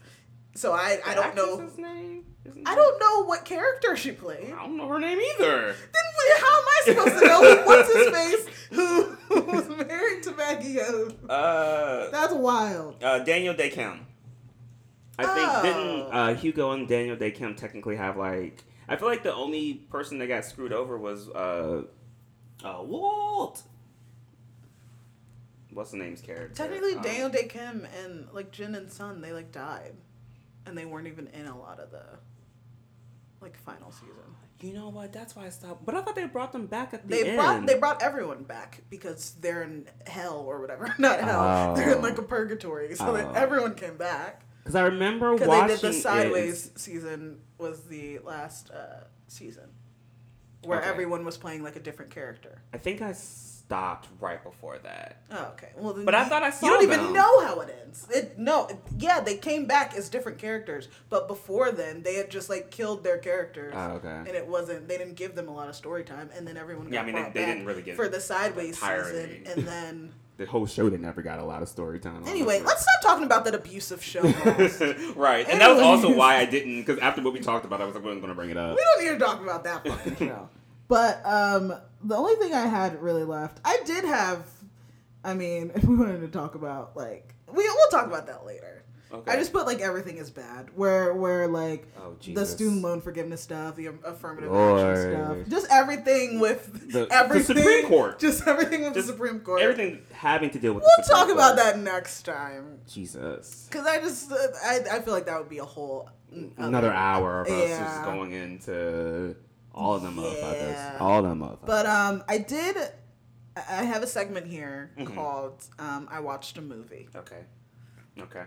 Speaker 1: So I I don't know.
Speaker 2: His name? Isn't
Speaker 1: I don't know what character she played.
Speaker 2: I don't know her name either.
Speaker 1: Then wh- how am I supposed to know who, what's his face who, who was married to Maggio?
Speaker 2: Uh,
Speaker 1: That's wild.
Speaker 2: uh, Daniel Day Kim. I think
Speaker 1: Oh.
Speaker 2: didn't uh, Hugo and Daniel Day Kim technically have like? I feel like the only person that got screwed over was uh, uh Walt. What's the name's character?
Speaker 1: Technically,
Speaker 2: Um,
Speaker 1: Daniel Day Kim and like Jin and Sun, they like died, and they weren't even in a lot of the like final season.
Speaker 2: You know what? That's why I stopped. But I thought they brought them back at the
Speaker 1: They
Speaker 2: end.
Speaker 1: brought they brought everyone back because they're in hell or whatever. Not hell.
Speaker 2: Oh.
Speaker 1: They're in like a purgatory, so
Speaker 3: Oh.
Speaker 1: that everyone came back.
Speaker 2: Because I remember
Speaker 1: Because
Speaker 2: watching
Speaker 1: they did the
Speaker 2: it.
Speaker 1: sideways season was the last uh, season where
Speaker 2: Okay.
Speaker 1: everyone was playing like a different character.
Speaker 2: I think I stopped right before that.
Speaker 1: Oh, okay. Well, then
Speaker 2: But I
Speaker 1: you-
Speaker 2: thought I saw
Speaker 1: You don't even
Speaker 2: them.
Speaker 1: know how it ends. It no, it- yeah, they came back as different characters, but before then they had just like killed their characters.
Speaker 3: Oh, okay.
Speaker 1: And it wasn't. They didn't give them a lot of story time, and then everyone. Got
Speaker 2: Yeah, I mean, they-
Speaker 1: brought
Speaker 2: they didn't
Speaker 1: back
Speaker 2: really get
Speaker 1: for the sideways
Speaker 2: entirety.
Speaker 1: season, and then
Speaker 3: the whole show that never got a lot of story time.
Speaker 1: anyway,
Speaker 3: honestly.
Speaker 1: let's stop talking about that abusive show. Miles.
Speaker 2: right.
Speaker 3: And that was also
Speaker 1: Anyways.
Speaker 3: why I didn't, because after what we talked about, I was like, wasn't going to bring it up.
Speaker 1: we don't need to talk about that fucking show. But um, the only thing I had really left, I did have. I mean, if we wanted to talk about like we we'll talk about that later.
Speaker 2: Okay.
Speaker 1: I just put like everything is bad. Where where like
Speaker 2: Oh,
Speaker 1: the
Speaker 2: Jesus.
Speaker 1: student loan forgiveness stuff, the affirmative
Speaker 3: Lord.
Speaker 1: action stuff, just everything with
Speaker 3: The- the
Speaker 1: everything.
Speaker 2: Supreme Court.
Speaker 1: Just everything with
Speaker 2: Just
Speaker 1: the Supreme Court.
Speaker 2: Everything having to deal with. the
Speaker 1: We'll
Speaker 2: Supreme
Speaker 1: talk about
Speaker 2: Court.
Speaker 1: that next time.
Speaker 3: Jesus.
Speaker 1: Cause I just uh, I I feel like that would be a whole
Speaker 3: Another hour of us just
Speaker 1: Yeah.
Speaker 3: going into all of them
Speaker 1: Yeah.
Speaker 3: motherfuckers. All of them motherfuckers.
Speaker 1: But um, I did. I I have a segment here
Speaker 2: Mm-hmm.
Speaker 1: called um, "I watched a movie."
Speaker 2: Okay. Okay.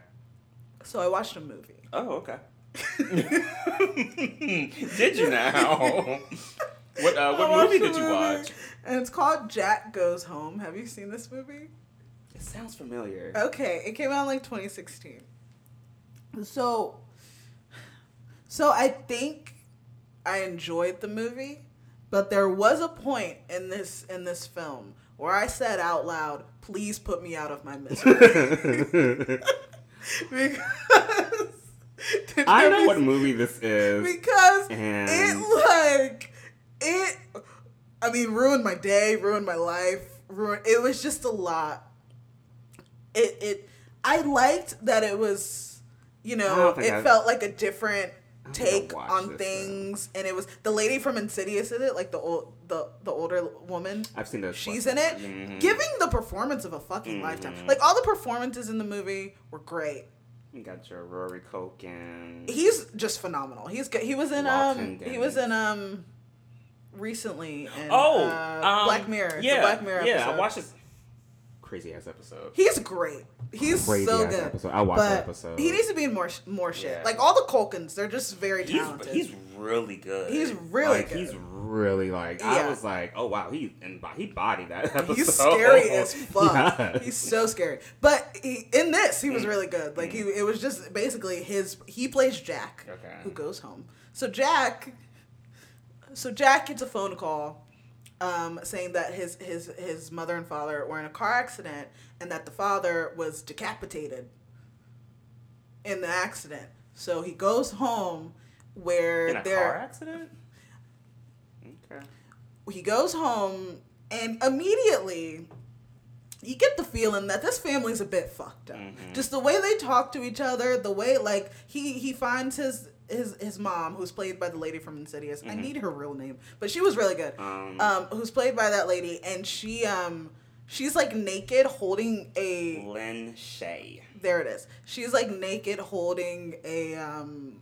Speaker 1: So I watched a movie.
Speaker 2: Oh, okay. did you now? what uh,
Speaker 1: I
Speaker 2: what
Speaker 1: watched
Speaker 2: movie
Speaker 1: a
Speaker 2: did you watch?
Speaker 1: And it's called Jack Goes Home. Have you seen this movie?
Speaker 2: It sounds familiar.
Speaker 1: Okay, it came out in like 2016. So, so I think I enjoyed the movie, but there was a point in this in this film where I said out loud, "Please put me out of my misery." because
Speaker 3: I know what movie this is.
Speaker 1: because
Speaker 3: And-
Speaker 1: it like it I mean ruined my day, ruined my life, ruined it was just a lot. It it I liked that it was you
Speaker 3: I
Speaker 1: know,
Speaker 3: don't think
Speaker 1: it
Speaker 3: I-
Speaker 1: felt like a different
Speaker 3: I think I
Speaker 1: take
Speaker 3: watched
Speaker 1: on
Speaker 3: this,
Speaker 1: things and it was the lady from Insidious in it, like the old the the older woman.
Speaker 3: I've seen this.
Speaker 1: She's
Speaker 3: one.
Speaker 1: in it,
Speaker 3: Mm-hmm.
Speaker 2: Mhm.
Speaker 1: giving the performance of a fucking lifetime. Like all the performances in the movie were great.
Speaker 2: You got your Rory Culkin.
Speaker 1: He's just phenomenal. He's good. He was in um
Speaker 2: Walton
Speaker 1: he was in um recently in
Speaker 2: oh,
Speaker 1: uh,
Speaker 2: um,
Speaker 1: Black Mirror.
Speaker 2: Yeah,
Speaker 1: the Black Mirror
Speaker 2: Yeah,
Speaker 1: episode.
Speaker 2: I watched this.
Speaker 3: Crazy ass episode.
Speaker 1: He's great. He's
Speaker 3: Crazy
Speaker 1: so
Speaker 3: ass
Speaker 1: good.
Speaker 3: episode. I watched
Speaker 1: but
Speaker 3: that episode.
Speaker 1: He needs to be in more sh- more shit.
Speaker 2: Yeah.
Speaker 1: Like all the Colkins, they're just very
Speaker 2: He's,
Speaker 1: talented.
Speaker 2: he's really good.
Speaker 1: He's really
Speaker 3: like
Speaker 1: good.
Speaker 3: he's really like I
Speaker 1: Yeah.
Speaker 3: was like, oh wow, he and he bodied that episode.
Speaker 1: He's scary as fuck.
Speaker 3: Yeah.
Speaker 1: He's so scary. But he, in this, he was really good. Like he, it was just basically his. He plays Jack,
Speaker 2: Okay.
Speaker 1: who goes home. So Jack, so Jack gets a phone call, um, saying that his his his mother and father were in a car accident and that the father was decapitated in the accident. So he goes home, where
Speaker 2: in a
Speaker 1: they're
Speaker 2: car accident. Okay.
Speaker 1: he goes home and immediately you get the feeling that this family's a bit fucked up. Just the way they talk to each other, the way like he he finds his his his mom who's played by the lady from Insidious. I need her real name, but she was really good.
Speaker 2: Um,
Speaker 1: Um, who's played by that lady and she um she's like naked holding a
Speaker 2: Lynn Shay.
Speaker 1: there it is. She's like naked holding a um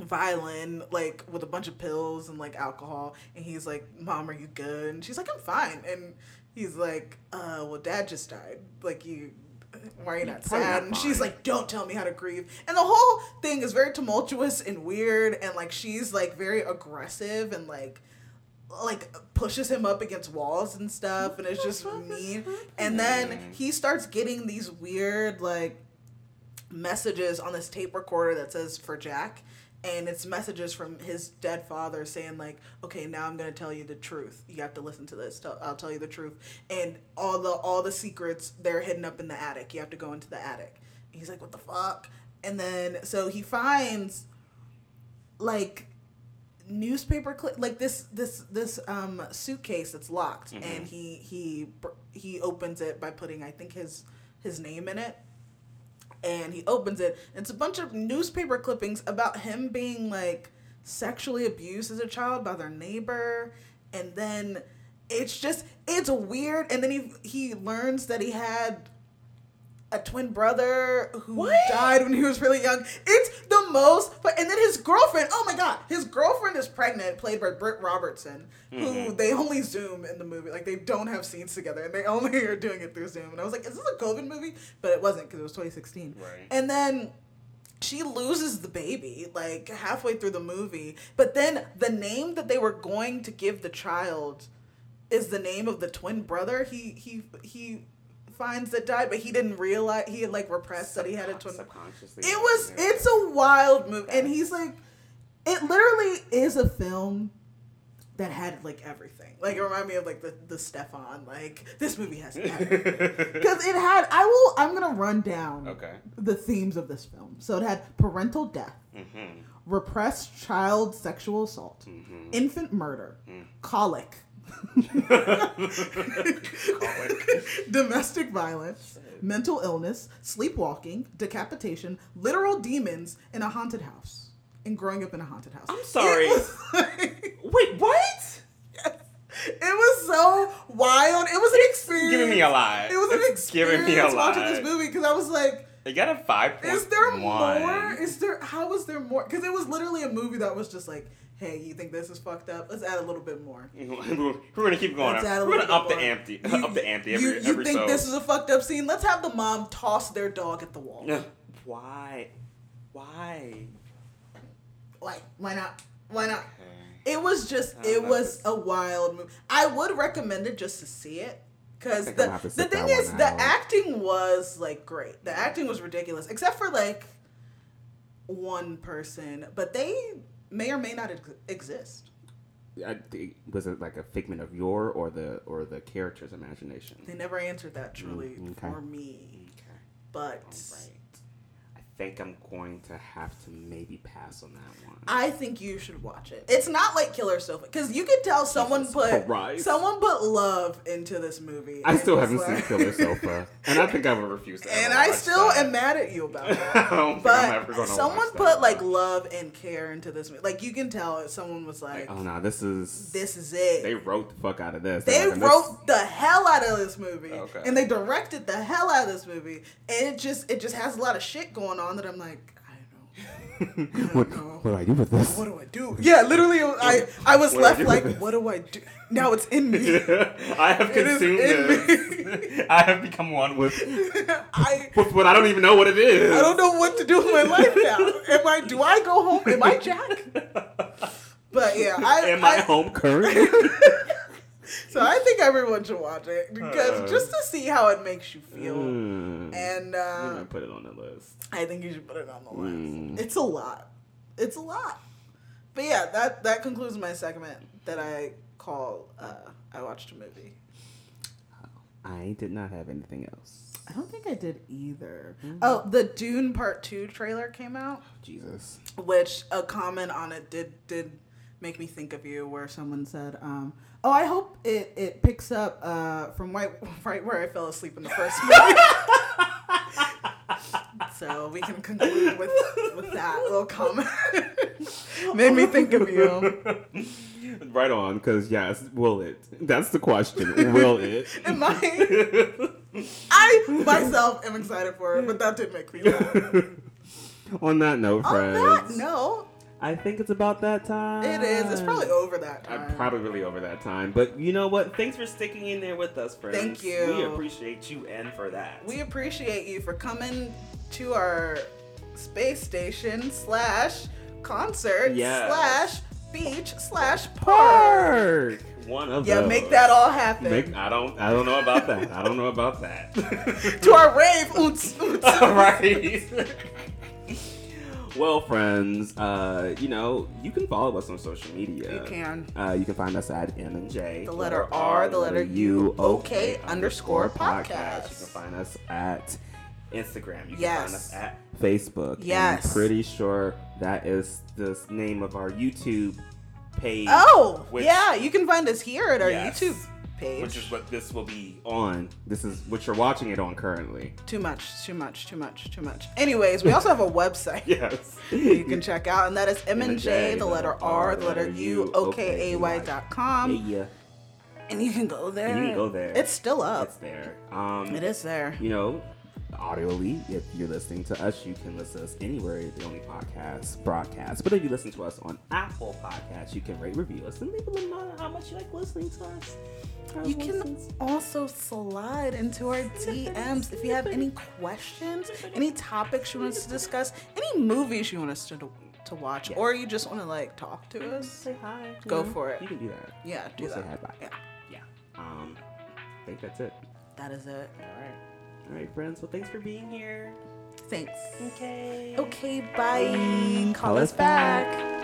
Speaker 1: violin like with a bunch of pills and like alcohol and he's like mom are you good and she's like i'm fine and he's like uh well dad just died like you why are you not
Speaker 3: probably
Speaker 1: sad
Speaker 3: not
Speaker 1: and she's
Speaker 3: fine.
Speaker 1: like don't tell me how to grieve and the whole thing is very tumultuous and weird and like she's like very aggressive and like like pushes him up against walls and stuff and it's just mean and then he starts getting these weird like messages on this tape recorder that says for Jack and it's messages from his dead father saying like okay now i'm going to tell you the truth you have to listen to this Tell- i'll tell you the truth and all the all the secrets they're hidden up in the attic you have to go into the attic And he's like what the fuck and then so he finds like newspaper clip like this this this um suitcase that's locked and he he br- he opens it by putting i think his his name in it and he opens it and it's a bunch of newspaper clippings about him being like sexually abused as a child by their neighbor and then it's just it's weird and then he he learns that he had a twin brother who died when he was really young. It's the most. But and then his girlfriend. Oh my god, his girlfriend is pregnant, played by Britt Robertson, who they only Zoom in the movie. Like they don't have scenes together, and they only are doing it through Zoom. And I was like, is this a COVID movie? But it wasn't because it was 2016.
Speaker 4: Right.
Speaker 1: And then she loses the baby like halfway through the movie. But then the name that they were going to give the child is the name of the twin brother he he he finds that died, but he didnn't realize he had like repressed that he had a twin. It
Speaker 2: subconsciously.
Speaker 1: was it's a wild movie, and he's like, it literally is a film that had like everything. Like it reminded me of like the the Stefan. Like this movie has everything because it had. I will. I'm gonna run down
Speaker 4: Okay.
Speaker 1: the themes of this film. So it had parental death,
Speaker 4: Mm-hmm.
Speaker 1: repressed child sexual assault, infant murder,
Speaker 4: Mm.
Speaker 1: colic, domestic violence, mental illness, sleepwalking, decapitation, literal demons, and a haunted house. And growing up in a haunted house. I'm
Speaker 2: sorry.
Speaker 1: It was, like-
Speaker 2: Wait, what?
Speaker 1: it was so wild. It was an experience.
Speaker 4: Giving me a lie.
Speaker 1: It was an
Speaker 4: It's giving
Speaker 1: experience
Speaker 4: me a
Speaker 1: watching
Speaker 4: lie.
Speaker 1: this movie because I was like,
Speaker 4: It got a five point.
Speaker 1: is there more? Is there how is there more? Because it was literally a movie that was just like, hey, you think this is fucked up? Let's add a little bit more.
Speaker 4: We're gonna keep going.
Speaker 1: Let's add a
Speaker 4: We're gonna
Speaker 1: little
Speaker 4: up the
Speaker 1: bit more.
Speaker 4: ante.
Speaker 1: You-
Speaker 4: up the ante
Speaker 1: you,
Speaker 4: every
Speaker 1: you
Speaker 4: every
Speaker 1: think
Speaker 4: so.
Speaker 1: this is a fucked up scene? Let's have the mom toss their dog at the wall.
Speaker 4: Why? Why?
Speaker 1: Like, why not? Why not? It was just, it
Speaker 4: know
Speaker 1: was a wild movie. I would recommend it just to see it. Because
Speaker 3: think
Speaker 1: the,
Speaker 3: I'm gonna have to
Speaker 1: the
Speaker 3: sit
Speaker 1: thing
Speaker 3: that
Speaker 1: is,
Speaker 3: one
Speaker 1: the
Speaker 3: out.
Speaker 1: acting was like great. The acting was ridiculous, except for like one person, but they may or may not ex- exist.
Speaker 3: I, think- was it like a figment of your or the or the character's imagination?
Speaker 1: They never answered that truly
Speaker 3: Mm, okay.
Speaker 1: for me. But
Speaker 3: I think I'm going to have to maybe pass on that one.
Speaker 1: I think you should watch it. It's not like Killer Sofa because you could tell someone put
Speaker 3: Christ.
Speaker 1: someone put love into this movie.
Speaker 3: I
Speaker 1: and
Speaker 3: still
Speaker 1: it's
Speaker 3: haven't seen
Speaker 1: like-
Speaker 3: Killer Sofa, and I think I would refuse to.
Speaker 1: And
Speaker 3: ever
Speaker 1: I
Speaker 3: watch
Speaker 1: still
Speaker 3: that.
Speaker 1: am mad at you about
Speaker 3: I
Speaker 1: that.
Speaker 3: don't think I'm ever
Speaker 1: But
Speaker 3: gonna
Speaker 1: someone
Speaker 3: watch that
Speaker 1: put
Speaker 3: one.
Speaker 1: like love and care into this movie. Like you can tell it- someone was like,
Speaker 3: oh no, this is
Speaker 1: "This is it."
Speaker 3: they wrote the fuck out of this.
Speaker 1: They
Speaker 3: They're like, this-
Speaker 1: wrote the hell out of this movie,
Speaker 4: Okay.
Speaker 1: and they directed the hell out of this movie, and it just it just has a lot of shit going on that I'm like, I don't
Speaker 3: what,
Speaker 1: know.
Speaker 3: what do I do with this?
Speaker 1: what do I do? Yeah, literally, it was- I I was
Speaker 3: What do I
Speaker 1: left
Speaker 3: do
Speaker 1: like,
Speaker 3: with this?
Speaker 1: what do I do? Now it's in me.
Speaker 4: I have
Speaker 1: It is
Speaker 4: consumed
Speaker 1: in
Speaker 4: this. I have become one with.
Speaker 1: I
Speaker 3: With what I don't even know what it is.
Speaker 1: I don't know what to do with my life now. Am I? Do I go home? Am I Jack? But yeah, I,
Speaker 3: Am I,
Speaker 1: I-
Speaker 3: home current?
Speaker 1: so I think everyone should watch it because just to see how it makes you feel.
Speaker 3: Uh. Mm.
Speaker 1: And
Speaker 3: I'm
Speaker 1: uh,
Speaker 3: gonna put it on the list.
Speaker 1: I think you should put it on the list.
Speaker 3: Mm.
Speaker 1: It's a lot. It's a lot. But yeah, that that concludes my segment that I call uh, I watched a movie.
Speaker 3: I did not have anything else.
Speaker 1: I don't think I did either.
Speaker 3: Mm-hmm.
Speaker 1: Oh, the Dune Part Two trailer came out,
Speaker 3: Jesus.
Speaker 1: which a comment on it did did make me think of you, where someone said, um, "Oh, I hope it it picks up uh, from right right where I fell asleep in the first movie." so we can conclude with with that little comment. Made me think of you.
Speaker 3: Right on, because yes, will it? That's the question. Will it?
Speaker 1: Am I? I myself am excited for it, but that did make me laugh.
Speaker 3: on that note,
Speaker 1: On
Speaker 3: friends.
Speaker 1: that note,
Speaker 3: I think it's about that time.
Speaker 1: It is. It's probably over that time.
Speaker 3: I'm probably really over that time, but you know what?
Speaker 2: Thanks for sticking in there with us, friends.
Speaker 1: Thank you.
Speaker 2: We appreciate you and for that.
Speaker 1: We appreciate you for coming to our space station slash concert
Speaker 2: Yes.
Speaker 1: slash beach slash park.
Speaker 3: Park.
Speaker 2: One of
Speaker 1: Yeah,
Speaker 2: those.
Speaker 1: make that all happen.
Speaker 3: Make, I don't. I don't know about that. I don't know about that.
Speaker 1: to our rave. Oots, oots.
Speaker 2: all right.
Speaker 3: well, friends, uh, you know you can follow us on social media.
Speaker 1: You can.
Speaker 3: Uh, you can find us at M and J.
Speaker 1: The letter R, the letter U, OK underscore podcast.
Speaker 3: You can find us at
Speaker 2: Instagram. You
Speaker 1: Yes.
Speaker 2: can find us at
Speaker 3: Facebook. and
Speaker 1: Yes.
Speaker 3: I'm pretty sure that is the name of our YouTube page.
Speaker 1: Oh,
Speaker 2: Which-
Speaker 1: yeah. You can find us here at our
Speaker 2: Yes.
Speaker 1: YouTube page.
Speaker 2: which is what this will be.
Speaker 3: On this is what you're watching it on currently.
Speaker 1: too much, too much, too much, too much. Anyways, we also have a website.
Speaker 3: Yes.
Speaker 1: You can check out, and that is M and J, the letter R, the letter U, O K A Y dot com,
Speaker 3: yeah.
Speaker 1: Um, and you can go there.
Speaker 3: And you can go there.
Speaker 1: It's still up.
Speaker 3: It's there. Um,
Speaker 1: It is there.
Speaker 3: You know, audioly, if you're listening to us, you can listen to us anywhere. It's the only podcast broadcast. But if you listen to us on Apple Podcasts, you can rate, review us, and leave a little note on how much you like listening to us. Our
Speaker 1: You can
Speaker 3: voices.
Speaker 1: also slide into our DMs if you have any questions, any topics you want us to discuss, any movies you want us to to watch, or you just want to like talk to us.
Speaker 3: say hi. you
Speaker 1: Go
Speaker 3: know?
Speaker 1: for it.
Speaker 3: You can do that.
Speaker 1: Yeah, do
Speaker 3: We'll say hi
Speaker 1: that.
Speaker 3: back.
Speaker 1: Yeah,
Speaker 3: Yeah. Um, I think that's it.
Speaker 1: that is it.
Speaker 3: All right. All right, friends. Well, thanks for being here.
Speaker 1: Thanks.
Speaker 3: Okay.
Speaker 1: Okay, bye. Call,
Speaker 3: Call
Speaker 1: us
Speaker 3: us
Speaker 1: back.